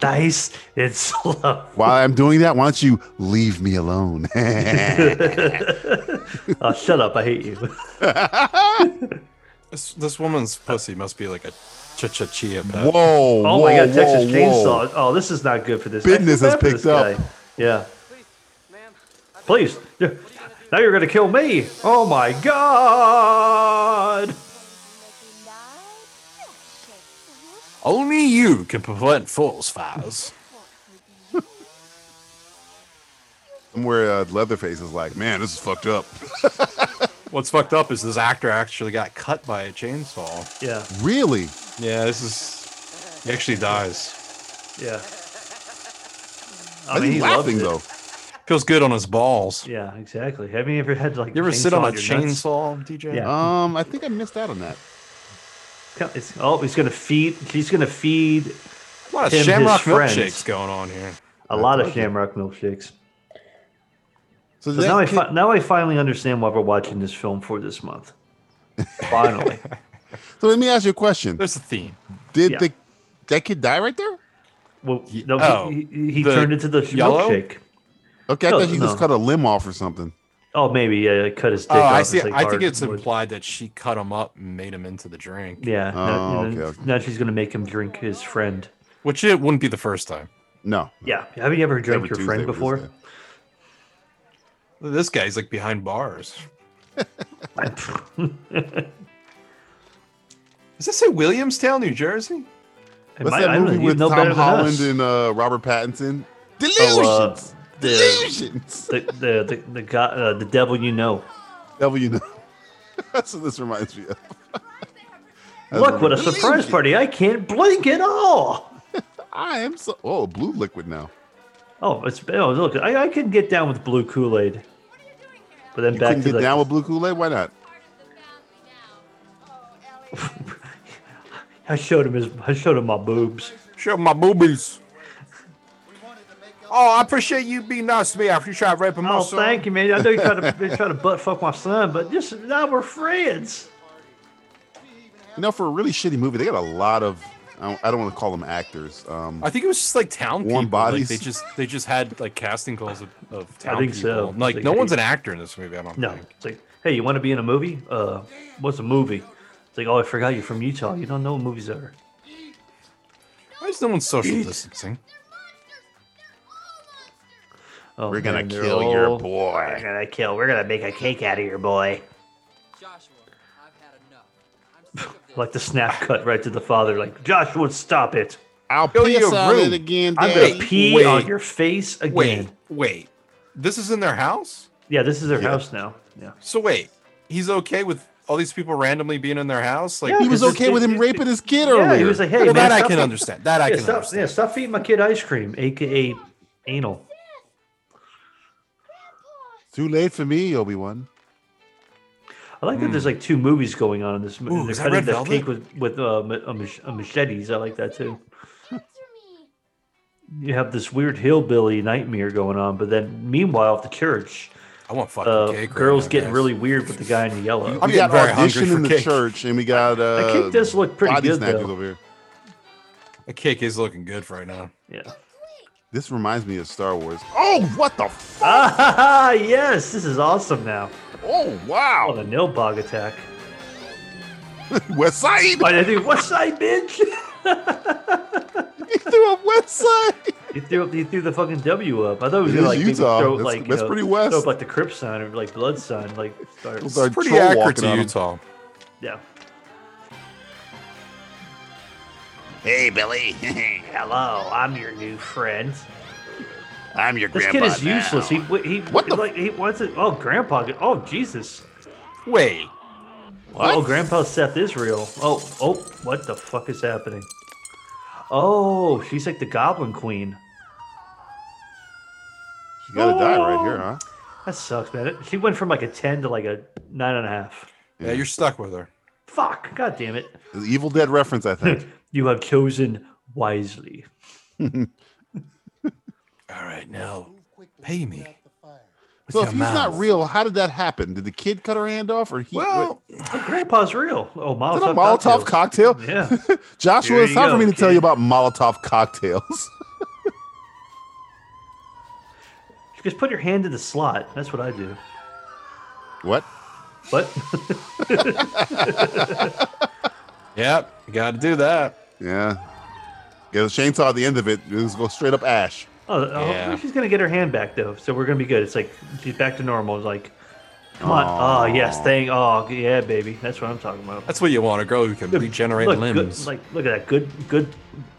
nice and slow. *laughs* *laughs* While I'm doing that, why don't you leave me alone? *laughs* Oh, shut up! I *laughs* hate you. This, this woman's pussy must be like a cha cha chia pet. Whoa! *laughs* Oh my god, Texas Chainsaw. Oh, this is not good for this. I feel Business has bad for picked this guy. up. Yeah. Please. yeah. Now you're gonna kill me. Oh my god. Only you can prevent false fires. Somewhere uh, Leatherface is like, man, this is fucked up. What's fucked up is this actor actually got cut by a chainsaw. Yeah. Really? Yeah, this is. He actually dies. Yeah. I mean, he's loved laughing it. though. Feels good on his balls. Yeah, exactly. Have you ever had like You ever sit on a in your nuts? chainsaw, DJ? Yeah. Um, I think I missed out on that. It's, oh, he's gonna feed. He's gonna feed A lot of Him, his shamrock friends. milkshakes going on here. a lot of shamrock milkshakes. So, So that now I kid- fi- now I finally understand why we're watching this film for *laughs* this month. Finally. so let me ask you a question. There's a theme. Did Yeah. the that kid die right there? Well, Ye- no, he- oh, he, he, the turned into the yellow? milkshake. Okay, I No, thought he just no. cut a limb off or something. Oh, maybe yeah, it cut his dick oh, off. I It's see. like I think hard it's wood. implied that she cut him up and made him into the drink, Yeah. now, Oh, and then- okay, okay. now she's gonna make him drink his friend. which it wouldn't be the first time. No. Yeah. Have you ever drank Every your Tuesday friend we just before? *laughs* did. This guy's like behind bars. Does that say Williamstown, New Jersey? It What's might- that I don't know, movie you'd with know Tom better than Holland us. and uh, Robert Pattinson? Delusions. Oh, uh, the, Delusions. the, the, the, the, guy, uh, the devil you know. Devil, you know. *laughs* That's what this reminds me of. That's Look, what a Delusions. surprise party. I can't blink at all. I am so. Oh, blue liquid now. Oh, it's oh look, I, I can get down with blue Kool Aid, but then You back couldn't to get the down with blue Kool Aid? Why not? Oh, *laughs* I showed him his I showed him my boobs. Show my boobies. Oh, I appreciate you being nice to me after you tried raping my Oh, son. thank you, man. I know you tried to you tried to butt fuck my son, but just now we're friends. You know, for a really shitty movie, they got a lot of. I don't, I don't want to call them actors. Um, I think it was just like town Warm people. Like, bodies. they just they just had like casting calls of, of town think people. so. Like Like, no hey- one's an actor in this movie. I don't No, think. it's like, hey, you want to be in a movie? Uh, what's a movie? It's like, oh, I forgot you're from Utah. You don't know what movies are. Why is no one *clears throat* social distancing? Oh, we're gonna man, they're kill your all- We're boy. gonna kill. We're gonna make a cake out of your boy. Joshua, I've had enough. I'm sick of this. *laughs* Like the snap cut right to the father. Like Joshua, stop it. I'll Go to piss your on room. it again, I'm Daddy. gonna pee wait, on your face again. Wait, wait. This is in their house. Yeah, this is their house now. Yeah. So wait, he's okay with all these people randomly being in their house? Like Yeah, He was This is- okay with him it- it- raping his kid Yeah, earlier. he was like, "Hey, Well, man, that I stop can fe- understand. That I Yeah, can stop, understand. yeah, stop feeding my kid ice cream, aka anal. Too late for me, Obi Wan. I like that there's like two movies going on in this movie. Hmm. Ooh, They're is that cutting Red the Velvet? cake with with uh, ma- a mach- a machetes. I like that too. You have this weird hillbilly nightmare going on, but then meanwhile, at the church, I want fucking uh, cake. right girls now, getting guys. really weird with the guy in the yellow. I'm we getting got very hungry audition for in the cake. church, and we got uh, cake does look pretty body good, snatchers though. over here. The cake is looking good for right now. Yeah. This reminds me of Star Wars. Oh, what the? F- Ah, *laughs* yes, this is awesome. Now, oh, oh, wow. the nail bog attack. *laughs* West Side. I think what's side, *laughs* bitch? he threw up West Side. He threw up. He threw the fucking W up. I thought he was It gonna is like maybe Utah. throw That's- like you that's know, pretty west. Throw up like the Crip sign or like blood sign. Like start, Those are It's pretty troll accurate walking to on 'em. Utah. yeah. Hey, Billy. Hello, I'm your new friend. I'm your This grandpa. kid is now. useless. He he what the? like he wants it. Oh, grandpa. Oh, Jesus. Wait. Oh, grandpa Seth Israel. Oh, oh, what the fuck is happening? Oh, she's like the Goblin Queen. You gotta die right here, Oh. huh? That sucks, man. It- She went from like a ten to like a nine and a half. Yeah, you're stuck with her. Fuck. God damn it. The Evil Dead reference, I think. you have chosen wisely. All right, now pay me. With so your if he's not mouth. real, how did that happen? Did the kid cut her hand off, or he? Well, Oh, grandpa's real. Oh, Is Molotov. that a Molotov cocktail? Yeah. *laughs* Joshua, Here it's you time for go, me to tell you kid. about Molotov cocktails. *laughs* Just put your hand in the slot. That's what I do. oh, what? *laughs* What? Yep, you gotta do that. Yeah. Yeah, the chainsaw at the end of it. It was go straight up ash. Oh, uh, Yeah. hopefully she's gonna get her hand back though, so we're gonna be good. It's like she's back to normal. It's like, come on, oh yes, thing, oh yeah, baby, that's what I'm talking about. That's what you want—a girl who can Good- regenerate look, limbs. Good, like, look at that, good, good,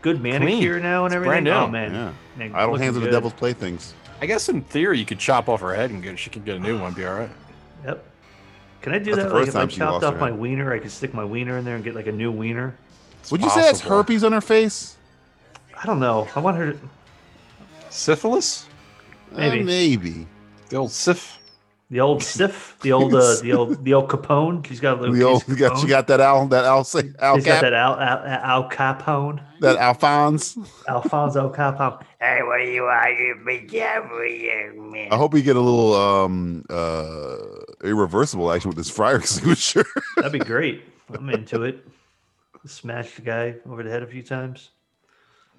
good manicure now and It's everything. brand new. Oh man, Yeah. Man, Idle looking hands of the good. devil's playthings. I guess in theory you could chop off her head and get she can get a new one. Be all right. Yep. Can I do That's the that? Like first if I time she chopped lost her off my hand. wiener, I could stick my wiener in there and get like a new wiener. Would you say that's possible. herpes on her face? I don't know. I want her to. Syphilis? Uh, Maybe. maybe. The old syph. The old stiff, the old, uh, the old, the old Capone. She's got a little. We all case of got Capone. you got that Al that Al say Al She's Cap got that that, Al, Al, Al Capone. Alphonse. Alfonso Capone. Hey, what do you want? You big I hope we get a little um uh irreversible action with this fire *laughs* extinguisher. That'd be great. I'm into it. Smash the guy over the head a few times.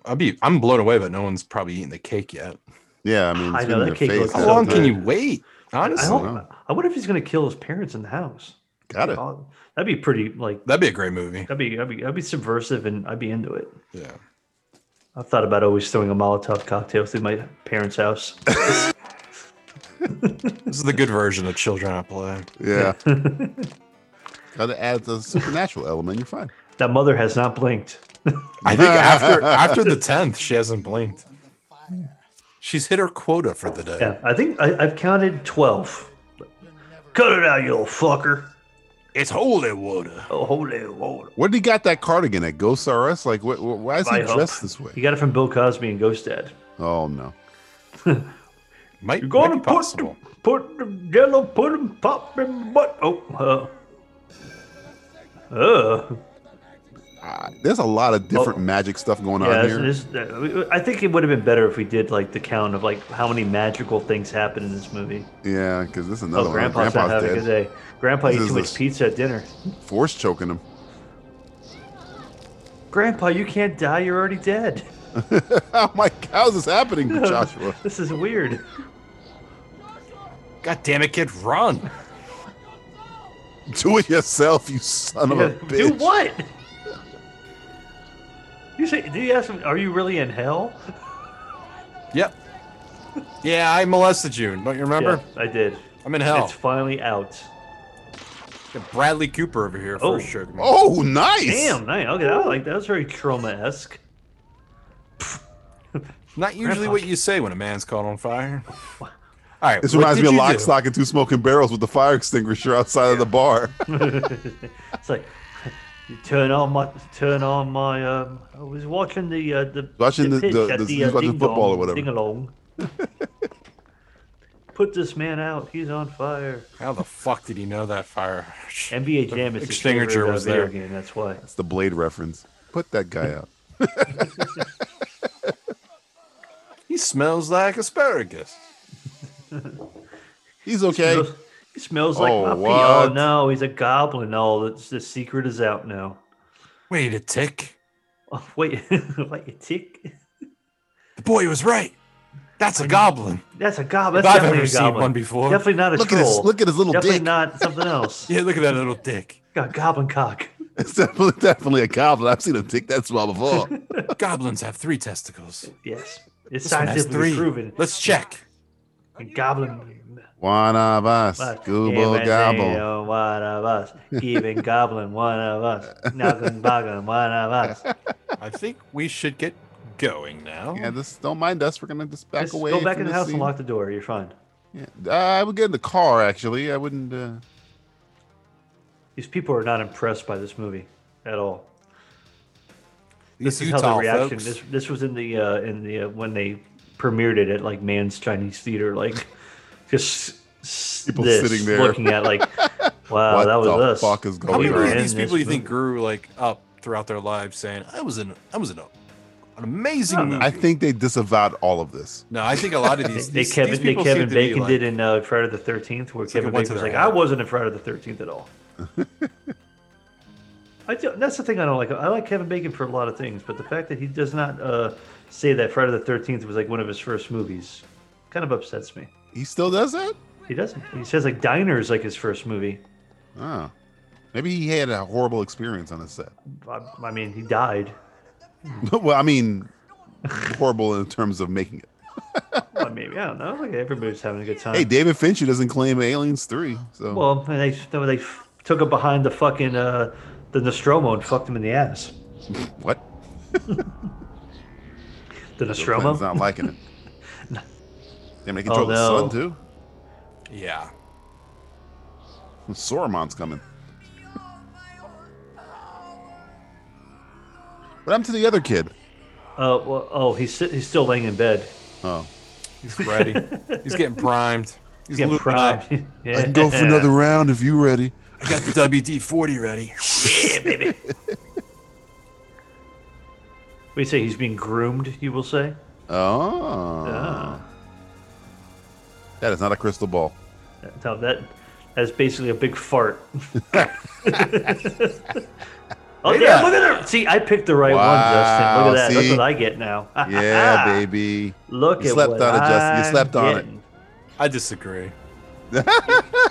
I'd be. I'm blown away, but no one's probably eating the cake yet. yeah, I mean, I it's know, been in your that cake face looks that How so whole long can time. you wait? Honestly, I hope. wow. I wonder if he's gonna kill his parents in the house. Got it. Oh, That'd be pretty. Like that'd be a great movie. that'd be that'd be, that'd be subversive, and I'd be into it. Yeah. I've thought about always throwing a Molotov cocktail through my parents' house. This is the good version of Children at Play. Yeah. *laughs* Gotta add the supernatural element. You're fine. that mother has not blinked. *laughs* I think after after the tenth, she hasn't blinked. She's hit her quota for the day. Yeah, I think I, I've counted twelve. Cut it out, you old fucker! It's holy water. Oh, holy water! Where did he got that cardigan at? Ghosts R Us? Like, wh- wh- why is he I hope. dressed this way? He got it from Bill Cosby and Ghost Dad. Oh no. Might, You're might gonna be put possible. put the jello, put 'em pop in butt. Oh, uh, uh. Ah, there's a lot of different Oh. magic stuff going yeah. on here. This, this, uh, I think it would have been better if we did like the count of like how many magical things happen in this movie. Yeah, because this is another oh, one. Grandpa's, not Grandpa's having a dead. good day. Grandpa This ate is too much this- pizza at dinner. Force choking him. Grandpa, you can't die. You're already dead. *laughs* oh my God, how's this *laughs* happening to Joshua? This is weird. God damn it, kid, run! Do it yourself, you son of a Yeah, *laughs* Do bitch. what? You say? Did you ask him? Are you really in hell? Yep. Yeah, I molested you. Don't you remember? Yeah, I did. I'm in hell. It's finally out. Got Bradley Cooper over here Oh. for sure. Oh, nice. Damn, nice. Okay, that, like that was very trauma esque. Not usually Grandpa. what you say when a man's caught on fire. All right, This what reminds did me of you Lock, do? Stock, and Two Smoking Barrels with the fire extinguisher outside of the bar. *laughs* *laughs* It's like you turn on my turn on my. Um, I was watching the uh, the Watching the- pitch the- at the- the he's uh, watching ding football or dong, whatever. Ding along. *laughs* Put this man out. He's on fire. How the fuck did he know that fire? NBA Jam is his favorite, Extinguisher uh, was video there. game. That's why. That's the Blade reference. Put that guy out. He smells like asparagus. *laughs* He's okay. Smells- He smells like Oh, my pee. Oh what? no, he's a goblin. Oh, it's, the secret is out now. *laughs* Wait a tick. Oh, wait, *laughs* wait, you tick. The boy was right. That's a goblin. That's a goblin. If That's I've definitely ever a seen goblin. one before. Definitely not a Look at troll. his look at his little definitely dick. not *laughs* something else. Yeah, look at that little dick. Got goblin cock. *laughs* It's definitely, definitely a goblin. I've seen him take that small before. *laughs* Goblins have three testicles. Yes, it's This one has scientifically three. proven. Let's check. And goblin. One of us, What? Goobo Even Gobble. Leo, oh, one of us. Even *laughs* goblin, one of us. Noggin boggin, one of us. I think we should get going now. Yeah, this don't mind us. We're gonna just back Just away. go back from in the house scene. and lock the door. You're fine. Yeah, uh, I would get in the car. Actually, I wouldn't. Uh... These people are not impressed by this movie at all. These This is how the Utah reaction. folks. This this was in the uh, in the uh, when they premiered it at like Man's Chinese Theater, like just s- People this, sitting there. looking at like, wow, What that was the us. fuck is How going many on? of in these this people you think movie. grew like up throughout their lives saying, "I was in, I was in a, an amazing movie." I think they disavowed all of this. no, I think a lot *laughs* of They, these, they these, Kevin these they people seem Kevin to be Bacon like- did in uh, Friday the Thirteenth, where It's like it Kevin went Bacon to was their like, head. I wasn't in Friday the Thirteenth at all. I don't, that's the thing I don't like. I like Kevin Bacon for a lot of things, but the fact that he does not uh, say that Friday the Thirteenth was like one of his first movies kind of upsets me. He still does that? He doesn't. He says like Diner is like his first movie. Oh, maybe he had a horrible experience on his set. *laughs* I, I mean, he died. well, I mean, horrible in terms of making it. Well, maybe I don't know. Like everybody's having a good time. Hey, David Fincher doesn't claim Aliens Three, so Well, and they no, they f- took him behind the fucking uh, the Nostromo and fucked him in the ass. what? The Clinton's Nostromo. not liking it. *laughs* Damn, they Oh, control the no. sun too. yeah, Sauron's coming. What happened to the other kid? Uh, well, oh, he's sit- he's still laying in bed. Oh, he's ready. he's *laughs* getting primed. He's He's getting lubing up. *laughs* primed. yeah. I can go for *laughs* another *laughs* round if you ready. I got the WD forty ready. We say he's being groomed. You will say. Oh, Ah. that is not a crystal *laughs* ball. That- No, that that's basically a *laughs* big fart. oh yeah, look at her. See, I picked the right Wow, one, Justin. Look at that. see? That's what I get now. *laughs* Yeah, baby. Look You at slept what on it, Justin. You I'm slept on it. getting. I disagree.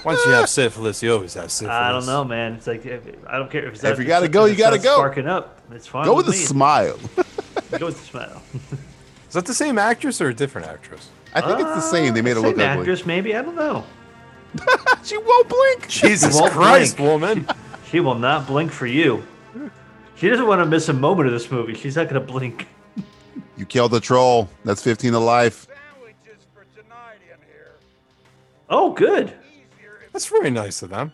Once you have syphilis, you always have syphilis. I don't know, man. It's like if, I don't care if it's If not- you gotta it's- go, if you it's gotta not go. Sparking up, it's fine. Go with a me. smile. *laughs* Go with the smile. Is that the same actress or a different actress? I think it's the same. They made her Uh, Same look ugly. actress, maybe I don't know. She won't blink. Jesus won't Christ, woman! She will not blink for you. She doesn't want to miss a moment of this movie. She's not gonna blink. You killed the troll. That's 15 to life. Oh, good. *laughs* That's really nice of them.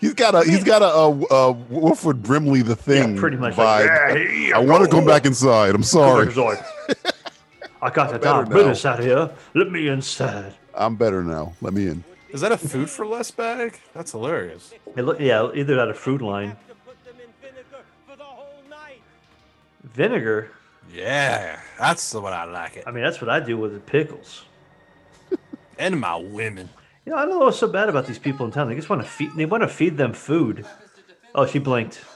He's got a he's got a, a, a Wilford Brimley the thing. Yeah, pretty much. Like, vibe. yeah, here I you want to go. come back inside. I'm sorry. Sorry. I got *laughs* the better dark now. business out here. Let me inside. I'm better now. Let me in. Is that a food for less bag? That's hilarious. It look, yeah, either out of fruit line, To put them in vinegar for the whole night. vinegar. Yeah, that's the one I like it. I mean, that's what I do with the pickles. And my women. You know, I don't know what's so bad about these people in town. They just want to feed. They want to feed them food. Oh, she blinked. *laughs*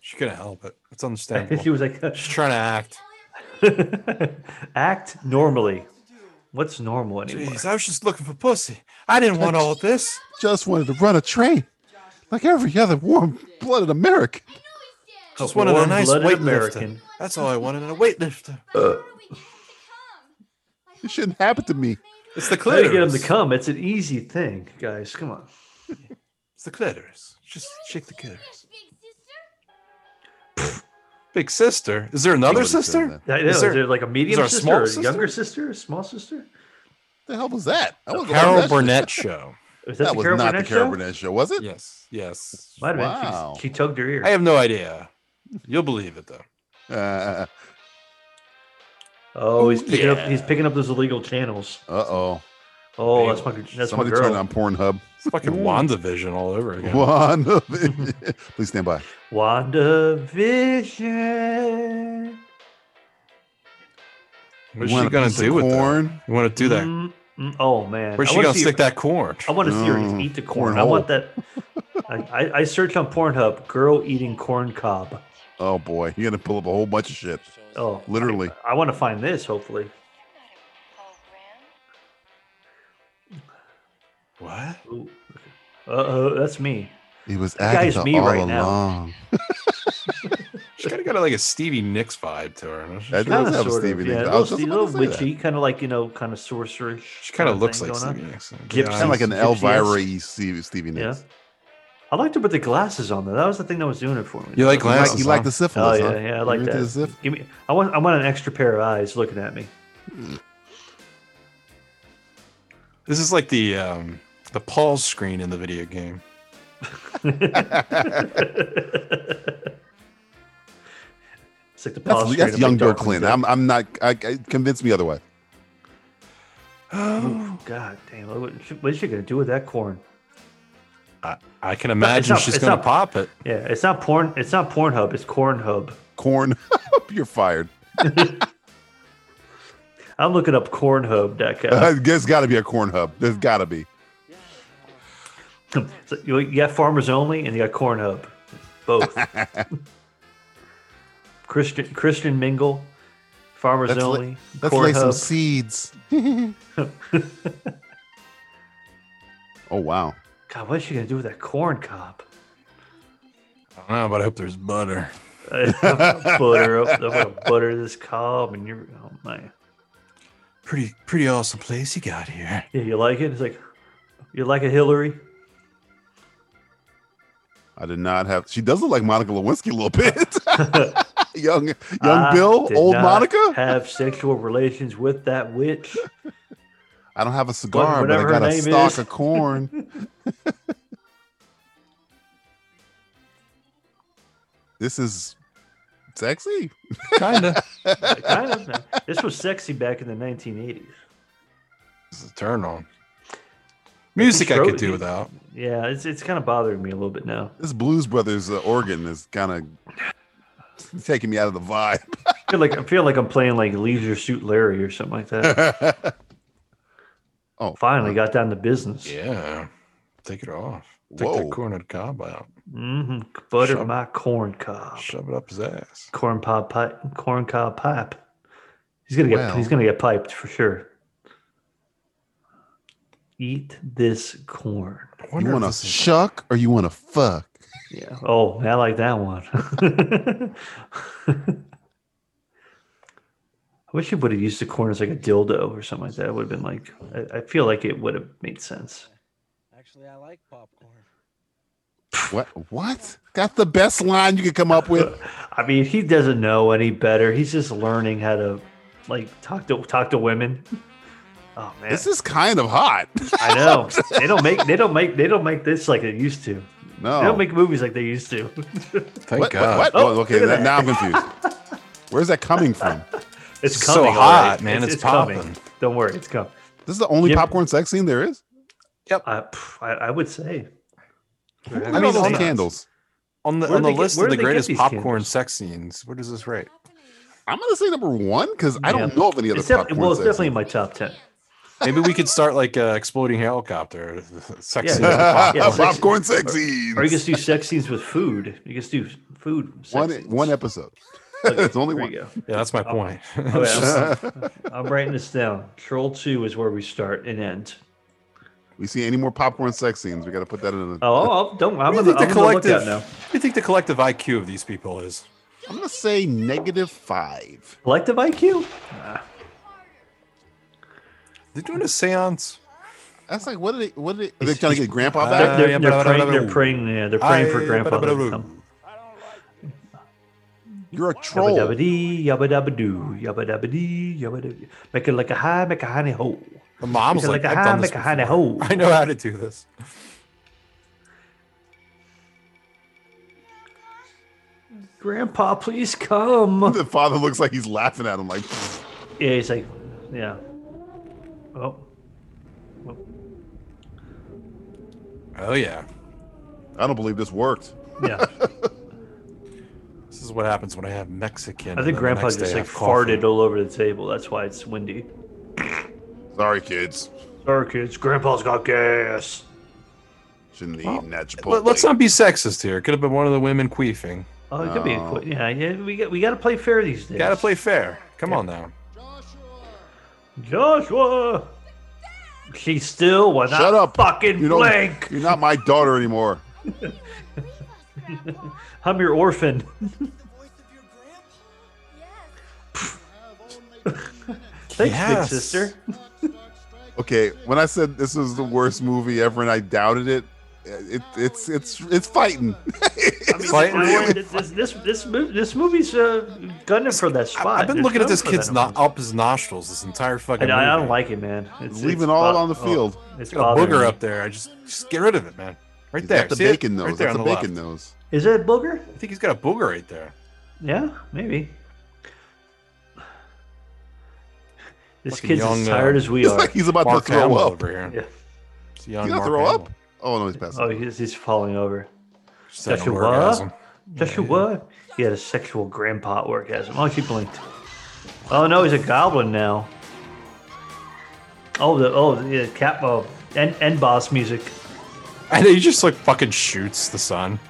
She couldn't help it. It's she understandable. was like, *laughs* She's trying to act. act normally. What's normal anymore? Jeez, I was just looking for pussy. I didn't want all this. Just wanted to run a train, like every other warm-blooded American. Just wanted a nice warm-blooded weightlifter. American. That's all I wanted, a weightlifter. It shouldn't happen to me. It's the Try to clitoris. get them to come. It's an easy thing, guys. Come on. It's the clitoris. Just shake the clitoris. Big sister. Is there another would've said sister? that. I know, Is Is there- there, like a medium there a sister, small or a sister? younger sister, a small sister? The hell was that? I wasn't watching Carol that Burnett shit. *laughs* show. Is that, That the was Carol not Burnett the Carol show? Burnett show, was it? Yes, yes. Might have been. She's- Wow. She tugged her ear. I have no idea. You'll believe it though. Uh oh, he's Ooh, picking up. He's yeah. picking up those illegal channels. oh. Oh, that's my. That's Somebody my girl. turned on Pornhub. It's fucking Mm. WandaVision all over again. *laughs* One of *laughs* it. Please stand by. WandaVision. What's Want she a gonna piece of do with that? corn? You want to do that? Mm, mm, oh man. Where's I she wanna gonna see stick her- that corn? I want to see her Mm, eat the corn. I want that. *laughs* I, I, I searched on Pornhub, girl eating corn cob. Oh boy, you're gonna pull up a whole bunch of shit. Oh, Literally. I, want to find this. Hopefully, What? uh oh, that's me. It was guy's Agatha me all right now. along. She kind of got like a Stevie Nicks vibe to her. She, That Kind does of, have a Ah, sort Stevie of, Nicks. yeah. I A was little, just a little about to say witchy, kind of like you know, kind of sorceress. she kind of looks thing like going on. Stevie Nicks. Gibson. that. Kind of like an Gypsy-esque. Elvira Stevie, Stevie Yeah. Nicks. I liked it with the glasses on though. That was the thing that was doing it for me. You like I glasses, You like- you huh? like the syphilis, Oh yeah, huh? yeah, I You like into the that. syph- Give me. I want. I want an extra pair of eyes looking *laughs* at me. This is like the um, the pause screen in the video game. It's like the pause That's, screen that's of, like, young Bill Darkwing Clinton. Duck. I'm, I'm not. I, I convince me otherwise. Oh God damn! What, what is she gonna do with that corn? I, I can No, it's imagine not- she's it's gonna not- pop it. Yeah, it's not porn. It's not Pornhub. It's Cornhub. Corn, *laughs* you're fired. *laughs* I'm looking up Cornhub.com. There's got to be a corn hub. There's got to be. so you you got Farmers Only and you got Cornhub, *laughs* both. Christian Christian Mingle, Farmers Let's, Only, lay, let's lay some Cornhub. seeds. *laughs* Oh wow. God, what is she gonna do with that corn cob? *laughs* I don't know, but I hope there's butter. I'm gonna butter up. I'm gonna butter this cob, and you're oh my. Pretty pretty awesome place you *laughs* got here. Yeah, you like it? It's like you like it, Hillary. I did not have. She does look like Monica Lewinsky a little bit. *laughs* *laughs* young young I Bill, did old not Monica. have sexual relations with that witch. I don't have a cigar, whatever but I her got a name stalk is. of corn. *laughs* this is sexy. Kinda. kind of. This was sexy back in the 1980s. It's a turn on. Music I could Throat- do without. Yeah, it's it's kind of bothering me a little bit now. This Blues Brothers uh, organ is kind of taking me out of the vibe. *laughs* I feel like I feel like I'm playing like Leisure Suit Larry or something like *laughs* that. Oh, Finally got down to business. Yeah. Take it off. Take Whoa. that cornered cob out. hmm Butter Shove- my corn cob, Shove it up his ass. corn pop pipe, corn cob pipe. He's gonna get Well. he's gonna get piped for sure. Eat this corn. I you wonder if want to this is- shuck or you want to fuck? Yeah. Oh, I like that one. *laughs* I wish you would have used the corn as like a dildo or something like that. It would have been like, I, I feel like it would have made sense. Actually, I like popcorn. What? What? That's the best line you could come up *laughs* with. I mean, he doesn't know any better. He's just learning how to like talk to talk to women. *laughs* Oh man, This is kind of hot. *laughs* I know they don't make they don't make they don't make this like they used to. No. They don't make movies like they used *laughs* to. *laughs* Thank what, God. What? what? Oh, Oh, okay, look at that- that. now I'm confused. Where's that coming from? It's It's so coming, all hot, right. man. It's coming. popping. Don't worry, it's coming. This is the only Yep. popcorn sex scene there is. I, pff, I, I would say. I I mean, mean, on the- candles. On the Where on do the they get- list where of do the they get greatest these popcorn candles? sex scenes, where does this rate? I'm gonna say number one because I Yeah. don't know of any other It's definitely- popcorn well, it's sex definitely in scenes. my top ten. Maybe we could start like uh, exploding helicopter *laughs* sex Yeah, scene. yeah. Yeah, sex- popcorn *laughs* sex or- scenes. Or you can just do sex scenes with food. You can just do food. Sex one scenes. one episode. *laughs* *laughs* Okay, it's only there one. you go. Yeah, that's my point. *laughs* Okay, Oh, *laughs* I'm, I'm writing this down. Troll two is where we start and end. *laughs* We see any more popcorn sex scenes? We got to put that in. A, Oh, oh, oh, don't. I'm What on the, do you think I'm the on the lookout collective? now. What do you think the collective IQ of these people is? I'm gonna say negative five. Collective IQ. They're doing a seance. That's like what did they? What did they? Are they trying to get Grandpa They're, back? Uh, they're- yeah, they're but- praying. They're praying. Yeah, they're praying for I- grandfather. to ba-da-ba-da-boo. come. You're a Oh. troll. Yabba dabba dee, yabba dabba doo, yabba dabba dee, yabba dabba. Make it like a high, make a honey hole. The mom's Make it like, like a I've high, done this make a honey before. *laughs* hole. I know how to do this. Grandpa, please come. *laughs* The father looks like he's laughing at him. Like "Pfft, Yeah, he's like, yeah. Oh, Oh yeah, I don't believe this worked. yeah. this is what happens when I have I Mexican. and then think *laughs* the Grandpa next day just I like have coffee. farted all over the table. That's why it's windy. Sorry, kids. Sorry, kids. Grandpa's got gas. Shouldn't have Well, eaten that Chipotle. Let, us not be sexist here. Could have been one of the women queefing. Oh, it could be a Oh. quick. Yeah, yeah. We got we got to play fair these days. Got to play fair. Come on now. Joshua. She still was Shut not up. fucking You don't- blank. You're not my daughter anymore. *laughs* I'm your orphan. Thanks, big Yes. sister. Okay, when I said this was the worst movie ever and I doubted it, It, it's it's it's fighting. *laughs* I mean, this, this this this movie, this movie's uh, gunning for that spot. I've been There's looking at no this for kid's that no- up his nostrils this entire fucking. I- I don't movie. like it, man. It's- Leave it's it all bo- on the oh, field. it's It's got a bothering booger me. up there. I just just get rid of it, man. Right He's there. got the See it? bacon nose. Right there That's on the the bacon left. nose. Is that a booger? I think he's got a booger right there. Yeah, maybe. This Fucking kid's young, as uh, tired as we *laughs* It's are. like he's about Mark to throw Hamill up. over here. Yeah. It's young He's gonna Mark throw Hamill. up. Oh no, he's passing. Oh, he's, he's falling over. Just having an Joshua? orgasm. Joshua, he had a sexual grandpa orgasm. Oh, she blinked. Oh no, he's a goblin now. Oh, the oh yeah, cap oh end end boss music. *laughs* And he just like fucking shoots the sun.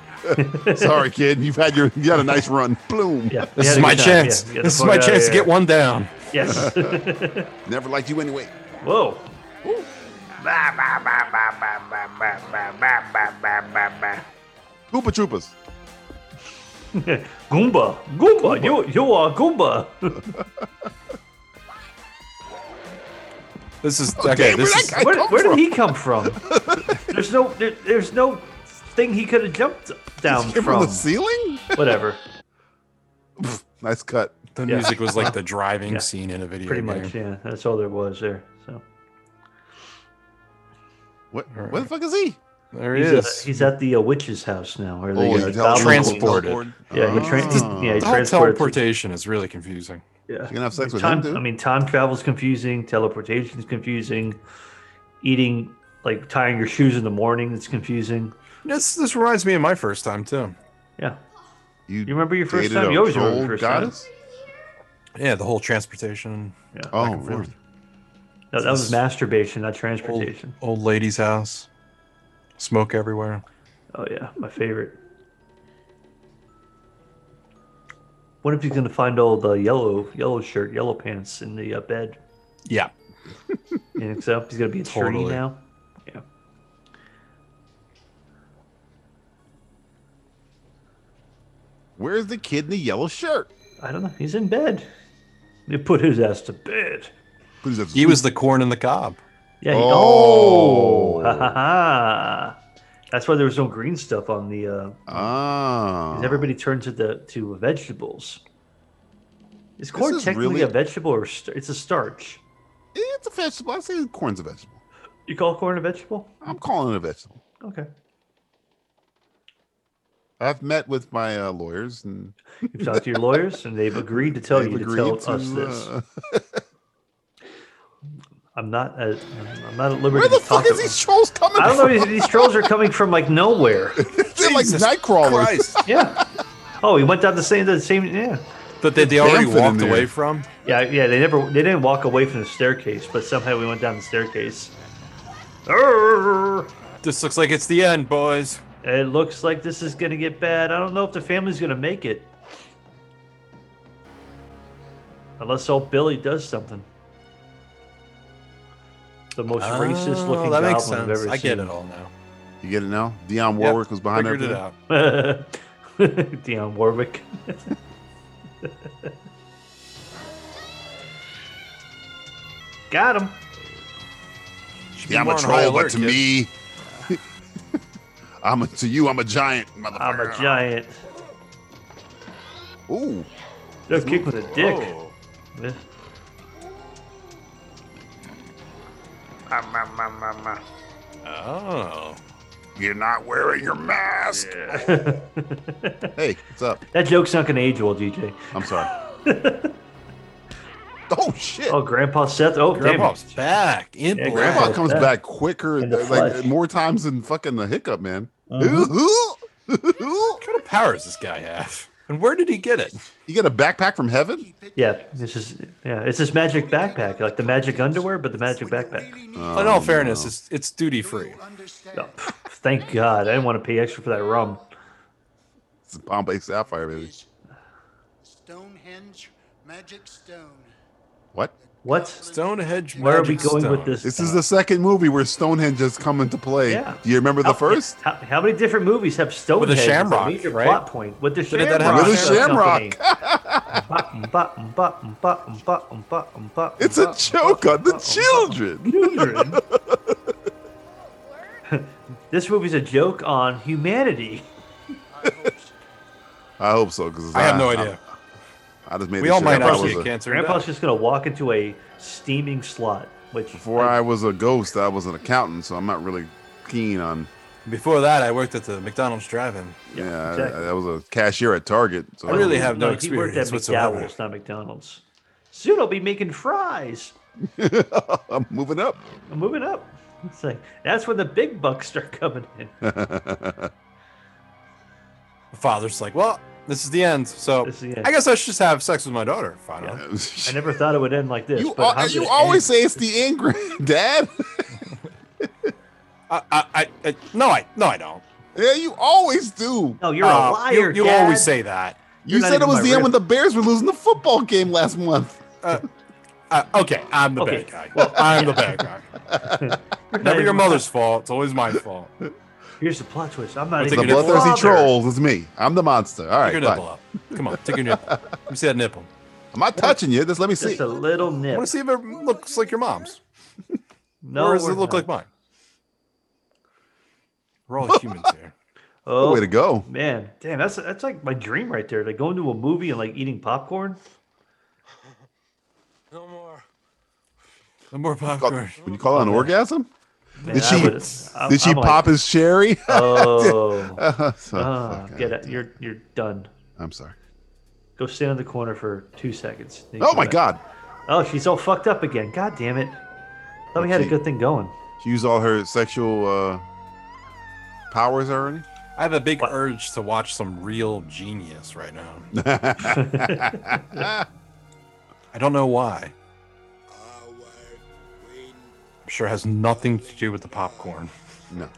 Sorry, kid. You've had your you had a nice run. Bloom. Yeah, This is my chance. this is my chance to get one down. Yes. Never liked you anyway. *laughs* Whoa. Koopa Troopas. Goomba, Goomba, you you are Goomba. *laughs* This is Oh, okay. damn, This where'd is that guy where come where from? did he come from? There's no there, there's no thing he could have jumped down Came from from. the ceiling? *laughs* Whatever. Nice cut. the Yeah. music was like the driving *laughs* Yeah. scene in a video Pretty game. much, yeah. That's all there was there. So What? Where the fuck is he? There he he's, is. uh, he's at the uh, witch's house now. Or the, Oh, uh, he goblin- transport. Transported. teleported. Yeah, he tra- Ah. *laughs* yeah, he the whole transported. teleportation is really confusing. yeah. You can have sex with time, him, dude. I mean, time travel's confusing. Teleportation's confusing. Eating, like tying your shoes in the morning, it's confusing. This this reminds me of my first time too. Yeah. You remember your first dated time? a You always remember troll your first time. Yeah, the whole transportation. Yeah. Oh, and forth. really? No, that was This- masturbation, not Old, transportation. old lady's house. Smoke everywhere. Oh yeah, my favorite. What if he's gonna find old uh, yellow yellow shirt, yellow pants in the uh, bed? Yeah. You think so? He's gonna be a Totally. tree now. Yeah. Where's the kid in the yellow shirt? I don't know. He's in bed. They put his ass to bed. Who's that? He was the corn in the cob. Yeah. He, Oh. Ha, ha, ha. That's why there was no green stuff on the. Uh, 'cause Ah. Everybody turns it to, to vegetables. Is corn is technically really- a vegetable or st- it's a starch? It's a vegetable. I say corn's a vegetable. You call corn a vegetable? I'm calling it a vegetable. Okay. I've met with my uh, lawyers and You've talked to your lawyers, and they've agreed to tell they've you to agreed tell us to, this. uh, I'm not. At, I'm not at liberty where the to fuck talk. is about- these trolls coming I don't from? know. These trolls are coming from like nowhere. *laughs* They're like Jesus night crawlers. *laughs* Christ. Yeah. Oh, he went down the same. The same. Yeah. That they, they already Bamford in walked there. away from. Yeah. Yeah. They never. They didn't walk away from the staircase, but somehow we went down the staircase. Arrgh. This looks like it's the end, boys. It looks like this is gonna get bad. I don't know if the family's gonna make it. Unless old Billy does something. The most racist looking Oh, Ah, goblin that makes I've sense. ever I get seen. it all now. You get it now? Dionne Warwick Yep, was behind figured it everything? *laughs* out. Dionne Warwick. Got him. Should be Yeah, I'm more a on troll, high but alert, to kid. me, *laughs* I'm a, to you, I'm a giant, motherfucker. I'm a giant. Ooh, No kick with a dick. Oh. Yeah. Oh. you're not wearing your mask. Hey, what's up? *laughs* that joke's not gonna age well, DJ. I'm *laughs* sorry. oh shit! Oh, Grandpa Seth. Oh, Grandpa's damn. back in Yeah, black. Grandpa Grandpa comes back. back quicker, uh, In the like flesh. Mm-hmm. more times than fucking the hiccup, man. What kind of power does this guy have? And where did he get it? *laughs* you get a backpack from heaven? Yeah, this is yeah, it's this magic backpack, like the magic underwear, but the magic backpack. In all fairness, it's, it's duty free. Oh, pff, thank God, I didn't want to pay extra for that rum. It's a Bombay Sapphire, baby. Stonehenge Magic Stone. What? What? Stonehenge. Where are we Magic going with Stone. this? This now? is the second movie where Stonehenge has come into play. Yeah. Do you remember the How- first? How, how many different movies have Stonehenge as a shamrock, major right? plot point with the did that Shamrock? happen? With the Company? Button, button, button, button, button, button, It's a button, joke on button, the *laughs* button, children. button. Children. This movie's a joke on humanity. I hope so because I have no idea. I, just made. We this all shit up. might I not was see a- a cancer. in Grandpa's that. just gonna walk into a steaming slot, which Before I was a ghost, I was an accountant, so I'm not really keen on. Before that, I worked at the McDonald's drive-in. Yeah, exactly. I, I was a cashier at Target. So I really have no he worked experience at whatsoever. McDonald's, not McDonald's. Soon I'll be making fries. *laughs* I'm moving up. *laughs* I'm moving up. It's like that's when the big bucks start coming in. My father's like, well, this is the end. So This is the end. I guess I should just have sex with my daughter. Finally, I *laughs* never thought it would end like this. you but al- how did you it always end? say it's the end, Grand- *laughs* Dad. I, I, I, I, no, I, no, I don't. yeah, you always do. "No, Oh, you're a Uh, liar." You, you Dad. always say that. You not said it even was my the end real- when the Bears were losing the football game last month. Uh, okay, I'm the Okay, bad guy. Well, I'm the *laughs* bad guy. Never your even- mother's fault. It's always my fault. Here's the plot twist. I'm not Take The even your nipple. bloodthirsty father. trolls is me. I'm the monster. All take right, your fine. nipple up. Come on, take your nipple. Let me see that nipple. I'm not touching you. Just let me see. Just a little I nip. want to see if it looks like your mom's. No, or does it we're look not. like mine? We're all humans here. Oh Way to go. man, damn, that's that's like my dream right there. Like going to a movie and like *laughs* eating popcorn. *laughs* No more. No more popcorn. Would you call it an orgasm? Man, Did I she- would- I- Did she I'm like, pop his cherry? *laughs* Oh, So, ah, fuck, get I- out. You're you're done. I'm sorry. Go stand in the corner for two seconds. Then you Oh come my back. God. Oh, she's all fucked up again. God damn it. Thought we had a Okay. good thing going. She used all her sexual uh, powers already. *laughs* *laughs* I have a big What? urge to watch some real genius right now. I don't know why. I'm sure it has nothing to do with the popcorn. No,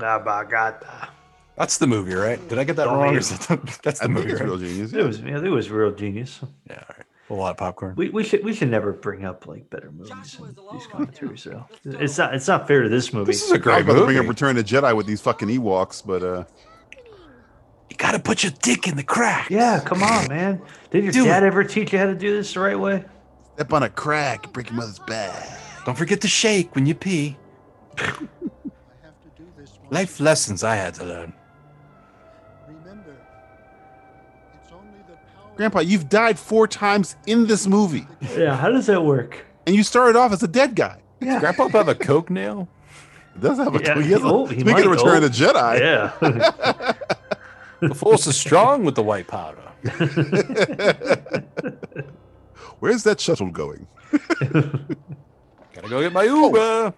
Ah, bah, God. ah. That's the movie, right? Did I get that Don't wrong? eat Is that the- *laughs* that's the I think movie, it's right? real genius. It was, yeah, it was real genius. Yeah, all right. A lot of popcorn. We, we should we should never bring up like better movies Joshua's in alone these right now. commentaries though. Let's go. It's not it's not fair to this movie. This is a I was great about to bring up movie. Return of the Jedi with these fucking Ewoks, but uh, You gotta put your dick in the crack. yeah, come on, man. Did your Do dad it. ever teach you how to do this the right way? step on a crack, break your mother's back. Don't forget to shake when you pee. I have to do this once Life a- lessons I had to learn. Remember, it's only the power Grandpa, you've died four times in this movie, Yeah, how does that work? and you started off as a dead guy. Does Grandpa have a coke nail? It does have a Yeah, he has a- oh, he speaking might, of Return of the Jedi, Yeah. *laughs* The force is strong with the white powder. where's that shuttle going? Gotta go get my Oh. Uber.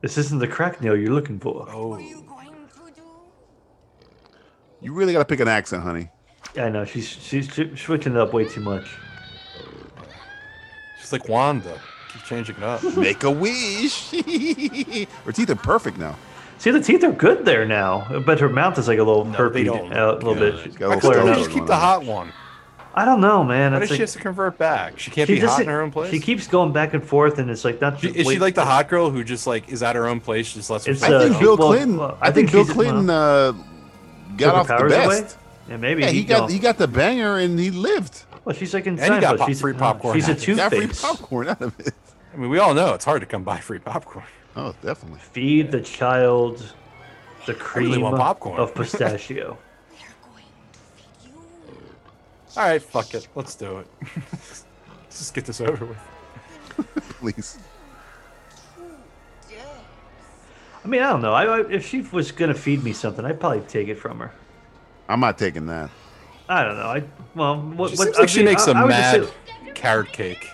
this isn't the crack nail you're looking for. Oh, You really gotta pick an accent, honey. I know, she's she's sh- switching it up way too much. she's like Wanda. Keep changing it up. Make a wish. *laughs* Her teeth are perfect now. See, the teeth are good there now, but her mouth is like a little No, they herpy don't out a little look bit. good. She's Got a little flaring Why stone don't up. you just keep the hot one? I don't know, man. Why It's does she like- have to convert back? She can't she be hot doesn't- in her own place. She keeps going back and forth, and it's like not. She- is she like the hot girl who just like is at her own place? She just lets It's, herself. I uh, think Bill well, Clinton. well, I, think, I think Bill he's- Clinton uh, got off the best. Yeah, maybe. Yeah, he got don't- he got the banger and he lived. well, she's like in And he got Seinfeld. pop- she's free uh, popcorn She's a after. two Got free face. popcorn out of it. I mean, we all know it's hard to come by free popcorn. Oh, definitely. *laughs* Feed the child the cream really want popcorn. of pistachio. All right, fuck it. Let's do it. *laughs* Let's just get this over with. Please. I mean, I don't know. I, I, if she was gonna feed me something, I'd probably take it from her. I'm not taking that. I don't know. I well, what, She what seems I like she mean, makes I- a I would just mad say- carrot cake.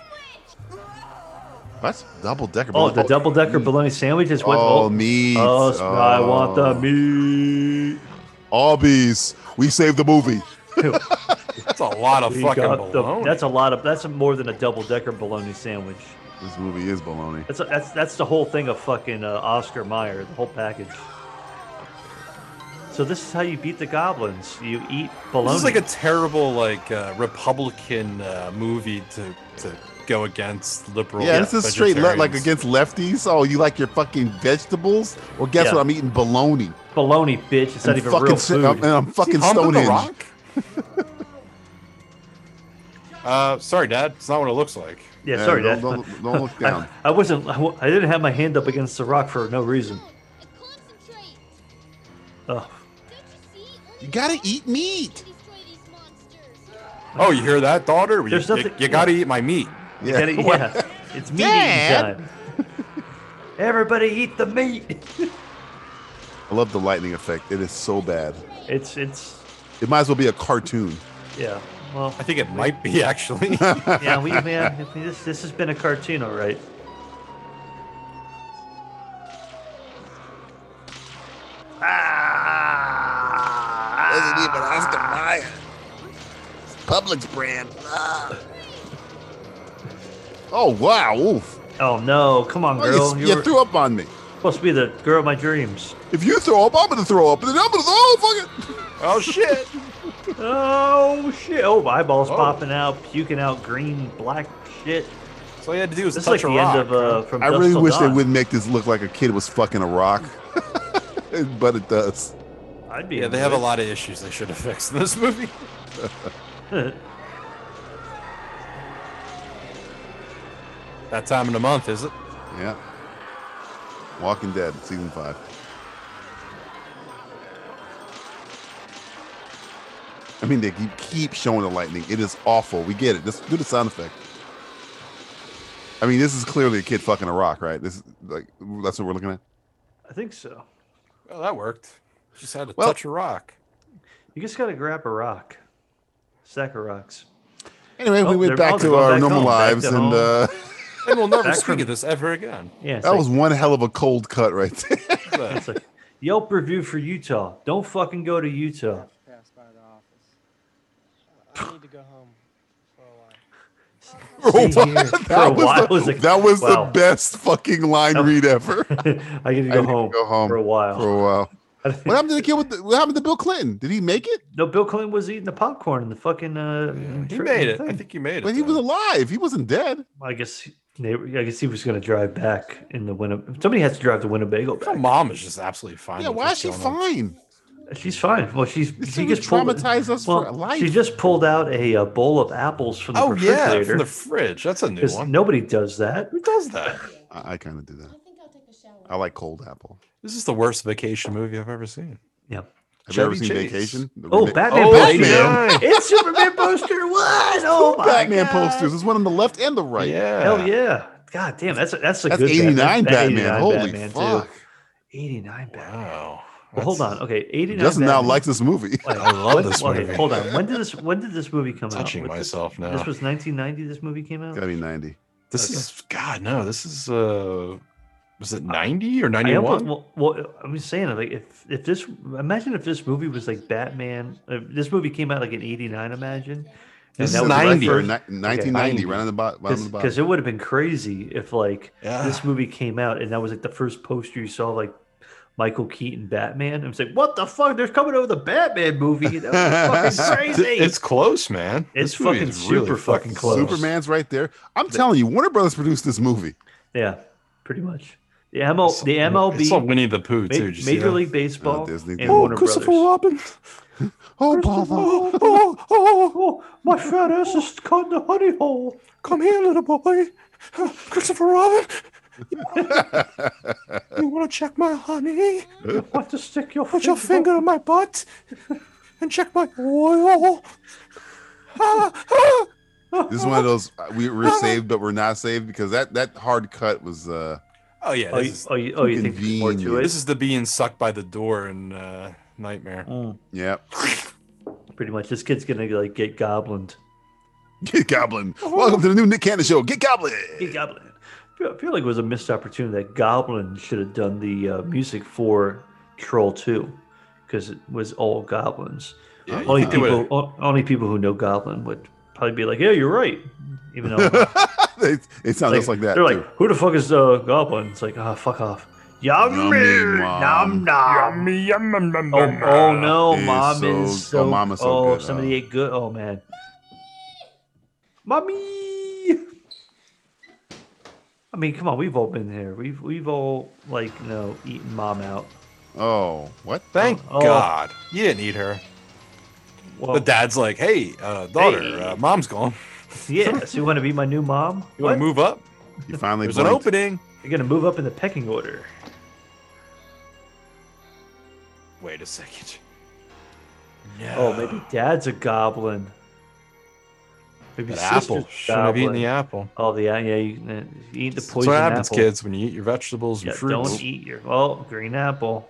That's double decker. oh, the double decker bologna sandwich is what? All meat. Oh, s- I want the Oh. meat. Arby's. We saved the movie. That's a lot of We fucking got the- baloney. that's a lot of. That's more than a double decker bologna sandwich. This movie is baloney. That's that's that's the whole thing of fucking uh, Oscar Mayer, the whole package. So this is how you beat the goblins. You eat bologna. This is like a terrible like uh, Republican uh, movie to to go against liberal. Yeah, this is straight le- like vegetarians. against lefties. Oh, you like your fucking vegetables? Well, guess Yeah. what? I'm eating bologna. bologna, bitch. It's not And even fucking, real si- Oh, food. I'm, and I'm fucking *laughs* Stonehenge. uh, sorry, Dad. It's not what it looks like. yeah, sorry, Yeah, Dad. don't, don't, don't look *laughs* I, down. I wasn't. I, wa- I didn't have my hand up against the rock for no reason. Concentrate. Oh, You gotta eat meat. Oh, you hear that, daughter? You, There's nothing- you, you gotta eat my meat. you gotta- *laughs* yeah. It's meat Dad! eating time. Everybody eat the meat. *laughs* I love the lightning effect. It is so bad. It's it's It might as well be a cartoon. yeah. Well, I think it might be *laughs* actually. yeah, we man, if this this has been a cartoon, all right. Doesn't even have to buy it. It's Publix brand. Ah. Oh wow! Oof. Oh no, come on, Oh, you- girl. you, were threw up on me. supposed to be the girl of my dreams. If you throw up, I'm gonna throw up. And then I'm gonna oh fuck it. oh shit! Oh shit! Oh, eyeballs Whoa. popping out, puking out green, black shit. So all you had to do was This is like touch the a rock. end of uh, from. I Dusk really Till wish they Dawn. would make this look like a kid was fucking a rock, *laughs* but it does. I'd be. yeah, they have a lot of issues they should have fixed in this movie. lot. That time of the month, is it? Yeah. Walking Dead season five. I mean, they keep- keep showing the lightning. It is awful. We get it. Just do the sound effect. I mean, this is clearly a kid fucking a rock, right? This is like that's what we're looking at. *laughs* I think so. Well, that worked. Just had to Well- touch a rock. You just gotta grab a rock, sack of rocks. Anyway, we Oh, went they're back all to going our back normal home, back lives, to and home. *laughs* uh, And we'll never Back speak from- of this ever again. Yeah, it's that like- was one hell of a cold cut right there. *laughs* But- *laughs* It's like Yelp review for Utah. Don't fucking go to Utah. Pass by the office. I need to go home for a while. *laughs* Stay For a here while. for a that was, *laughs* while. the, It's like, that was wow. the best fucking line That- read ever *laughs* I get to I go need to home. go home for a while. for a while. What happened to the kid with the, what happened to Bill Clinton? Did he make it? no, Bill Clinton was eating the popcorn in the fucking. Uh, he tr- made it. I thing. think he made it. But he though. was alive. He wasn't dead. I guess he- they, I guess he was going to drive back in the Winnebago. Somebody has to drive the Winnebago Her back. Uh, mom is just absolutely fine. Yeah, with why what's is she going on. fine? She's fine. Well, she's This she thing would just pulled, traumatize us for well, life. She just pulled out a, uh bowl of apples from the Oh yeah, refrigerator. from the fridge. That's a new 'cause one. nobody does that. Who does that? I, I kind of do that. I think I'll take a shower. I like cold apple. This is the worst vacation movie I've ever seen. *laughs* Yeah. Have you ever Chevy seen Chase. Vacation? The Oh, remake- Batman Oh, poster. *laughs* Batman. It's *laughs* Superman poster. What? Oh Two my Batman God. posters. There's one on the left and the right. Yeah. Hell yeah! God damn, that's a, that's a That's good 89 Batman. That's Holy 89 Batman, fuck. too. 89 Batman. Wow. Well, hold on. Okay, 89. Justin now Batman. likes this *laughs* movie. Wait, I love when- this well, okay, movie. Hold on. When did this when did this movie come I'm out? touching Was this- myself now. This was 1990 this movie came out? Gotta be 90. This okay. is God. No, this is uh, was it 90 or I 91? almost, well, well, I'm saying like if if this imagine if this movie was like Batman, if this movie came out like in '89. Imagine and This that is was like 90. Or first- ni- 1990, 90. right on the bo- bottom of the because box. it would have been crazy if like Yeah. *sighs* this movie came out and that was like the first poster you saw like Michael Keaton Batman. I was like, what the fuck? They're coming out with a Batman movie. That was *laughs* fucking Th- crazy. It's close, man. It's This movie fucking is really super fucking close. Superman's right there. I'm telling you, Warner Brothers produced this movie. yeah, pretty much. The ML, It's- the MLB, It's on Winnie the Pooh Ma- too. Did you see Major that? League Baseball, Disney and did. Oh, Warner Christopher Brothers. Robin. Oh, Oh, bother. oh, oh, oh, my fat ass is caught in the honey hole. Come here, little boy. Christopher Robin. *laughs* *laughs* You want to check my honey? I want to stick your Put your finger in my butt and check my oil. Ah, ah. This is one of those uh, we, we're saved, but we're not saved because that that hard cut was. uh Oh yeah, Oh, this you, is, oh, you, oh, you think there's more to Convenient. it? this is the being sucked by the door in uh, Nightmare. Mm, Yeah, pretty much, this kid's gonna like get goblined. *laughs* get Goblin. Welcome to the new Nick Cannon show. Get Goblin. Get goblin. I feel like it was a missed opportunity that Goblin should have done the uh, music for Troll Two, because it was all goblins. Yeah, you only think they people, would've- o- only people who know Goblin would probably be like, "Yeah, you're right," even though. *laughs* they, they sound just Oh, like that. They're too. like, who the fuck is the uh, goblin? It's like, ah, fuck off. Yummy, Yummy, Mom. nom nom. Yummy, yum, yum, yum, Ah. Oh, yum, oh no, yum. It is mom so- is oh, so. Mom is so oh, good, uh. somebody huh? ate good. Oh man, mommy. I mean, come on, we've all been there. We've we've all like, you know, eaten mom out. oh, what? Thank Oh. God you didn't eat her. Well, The dad's like, "Hey, uh, daughter, Hey. Uh, mom's gone. *laughs* yeah. So you want to be my new mom? You want to move up? You finally There's an blinked. opening." You're gonna move up in the pecking order. Wait, Wait a second. Oh, maybe dad's a goblin. Maybe That sister's apple. a Shouldn't have eaten goblin. the apple. Oh, the yeah, yeah. You, uh, you eat the That's poison what happens, apple. kids, when you eat your vegetables and Yeah, fruits. don't eat your oh green apple.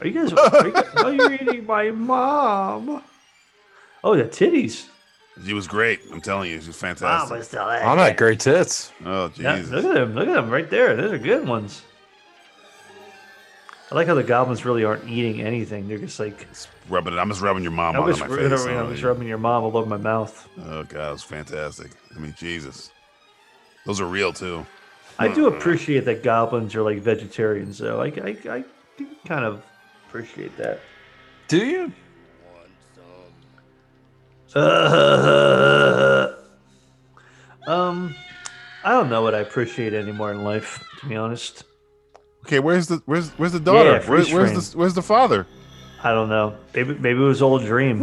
Are you *laughs* guys? Are you, oh, you're eating my mom. Oh, the titties. She was great. I'm telling you, she was Mom fantastic. was delicious. I'm not great tits. Oh Yeah, Jesus! look at them. Look at them right there. Those are good ones. I like how the goblins really aren't eating anything. They're just like Rubbing it. I'm just rubbing your mom all I'm on just, my rubbing- face. I'm Oh, just yeah. rubbing your mom all over my mouth. Oh god, it was fantastic. I mean, Jesus, those are real too. I do appreciate that goblins are like vegetarians, though. I, I, I do kind of appreciate that. Do you? *laughs* Um, Uh, um, I don't know what I appreciate anymore in life, to be honest. Okay, where's the where's where's the daughter? freeze Where, where's frame. the where's the father? I don't know. Maybe maybe it was old dream.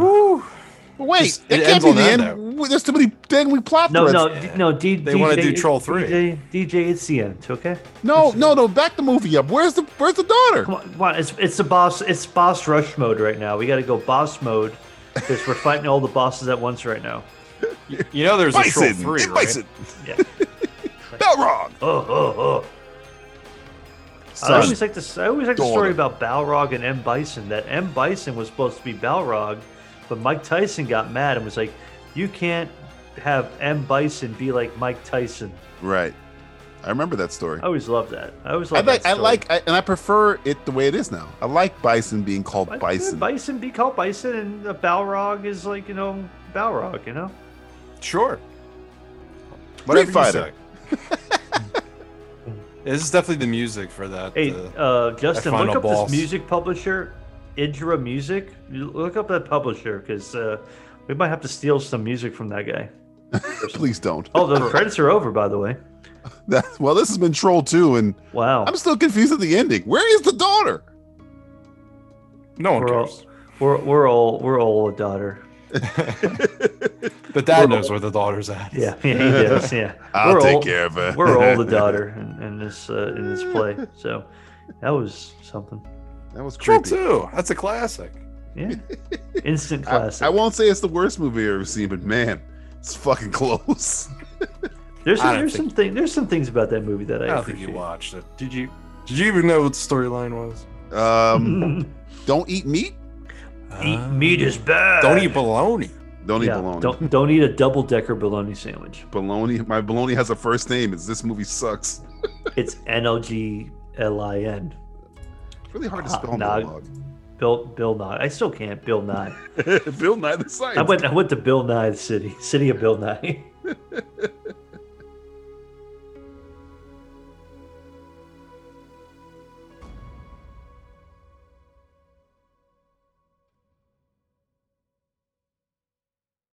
Wait, Just- it, it can't ends be on the that end. W- There's too many dangling plot No, threads. no, d- no. D- They DJ wanna do it's- Troll 3. DJ, DJ, it's the end. Okay. no, no, no. Back the movie up. Where's the where's the Come daughter? on, come on. It's it's the boss. It's boss rush mode right now. We got to go boss mode because we're fighting all the bosses at once right now. You know there's a Bison, troll three, It right? Bison, Yeah. *laughs* Balrog. Oh, oh, oh. I Uh, Son. always like the I always like the story daughter. about Balrog and M Bison. That M Bison was supposed to be Balrog, but Mike Tyson got mad and was like, "You can't have M Bison be like Mike Tyson." Right. I remember that story. I always love that. I always I love like, that I story. like, I, and I prefer it the way it is now. I like Bison being called Why can't Bison. Bison be called Bison, and a Balrog is like you know Balrog. You know, Sure. Street Whatever you Fighter. say. *laughs* this is definitely the music for that. hey uh, uh, Justin, final look up boss. this music publisher, Idra Music. You Look up that publisher because uh, we might have to steal some music from that guy. *laughs* Please don't. *laughs* Oh, the credits are over, by the way. That, well, this has been Troll 2, and Wow. I'm still confused at the ending. Where is the *laughs* daughter? no one we're, all, cares. we're, we're all we're all a daughter. Ah, But dad knows where the daughter's at. *laughs* Yeah, *laughs* *laughs* yeah, he does. Yeah, I'll we're take all, care of her. we're *laughs* all the daughter in, in this uh, in this play. So that was something. That was Troll creepy. two. That's a classic. *laughs* Yeah, instant I, classic. I won't say it's the worst movie I've ever seen, but man, it's fucking *laughs* close. there's I don't there's think- some thing, there's some things about that movie that I, I don't think appreciate. you watched it. Did you? Did you even know what the storyline was? Mm-hmm. Um, don't eat meat. *laughs* Eat meat is bad. Don't eat bologna. Don't eat Yeah, bologna. Don't don't eat a double decker bologna sandwich. Bologna. My bologna has a first name. It's this movie sucks. It's N L G L I N. It's really hard to Ah, spell nah. bologna. *laughs* Bill Bill Nye. I still can't Bill Nye. Bill Nye the Science. I went I went to Bill Nye *laughs* City, city of Bill Nye.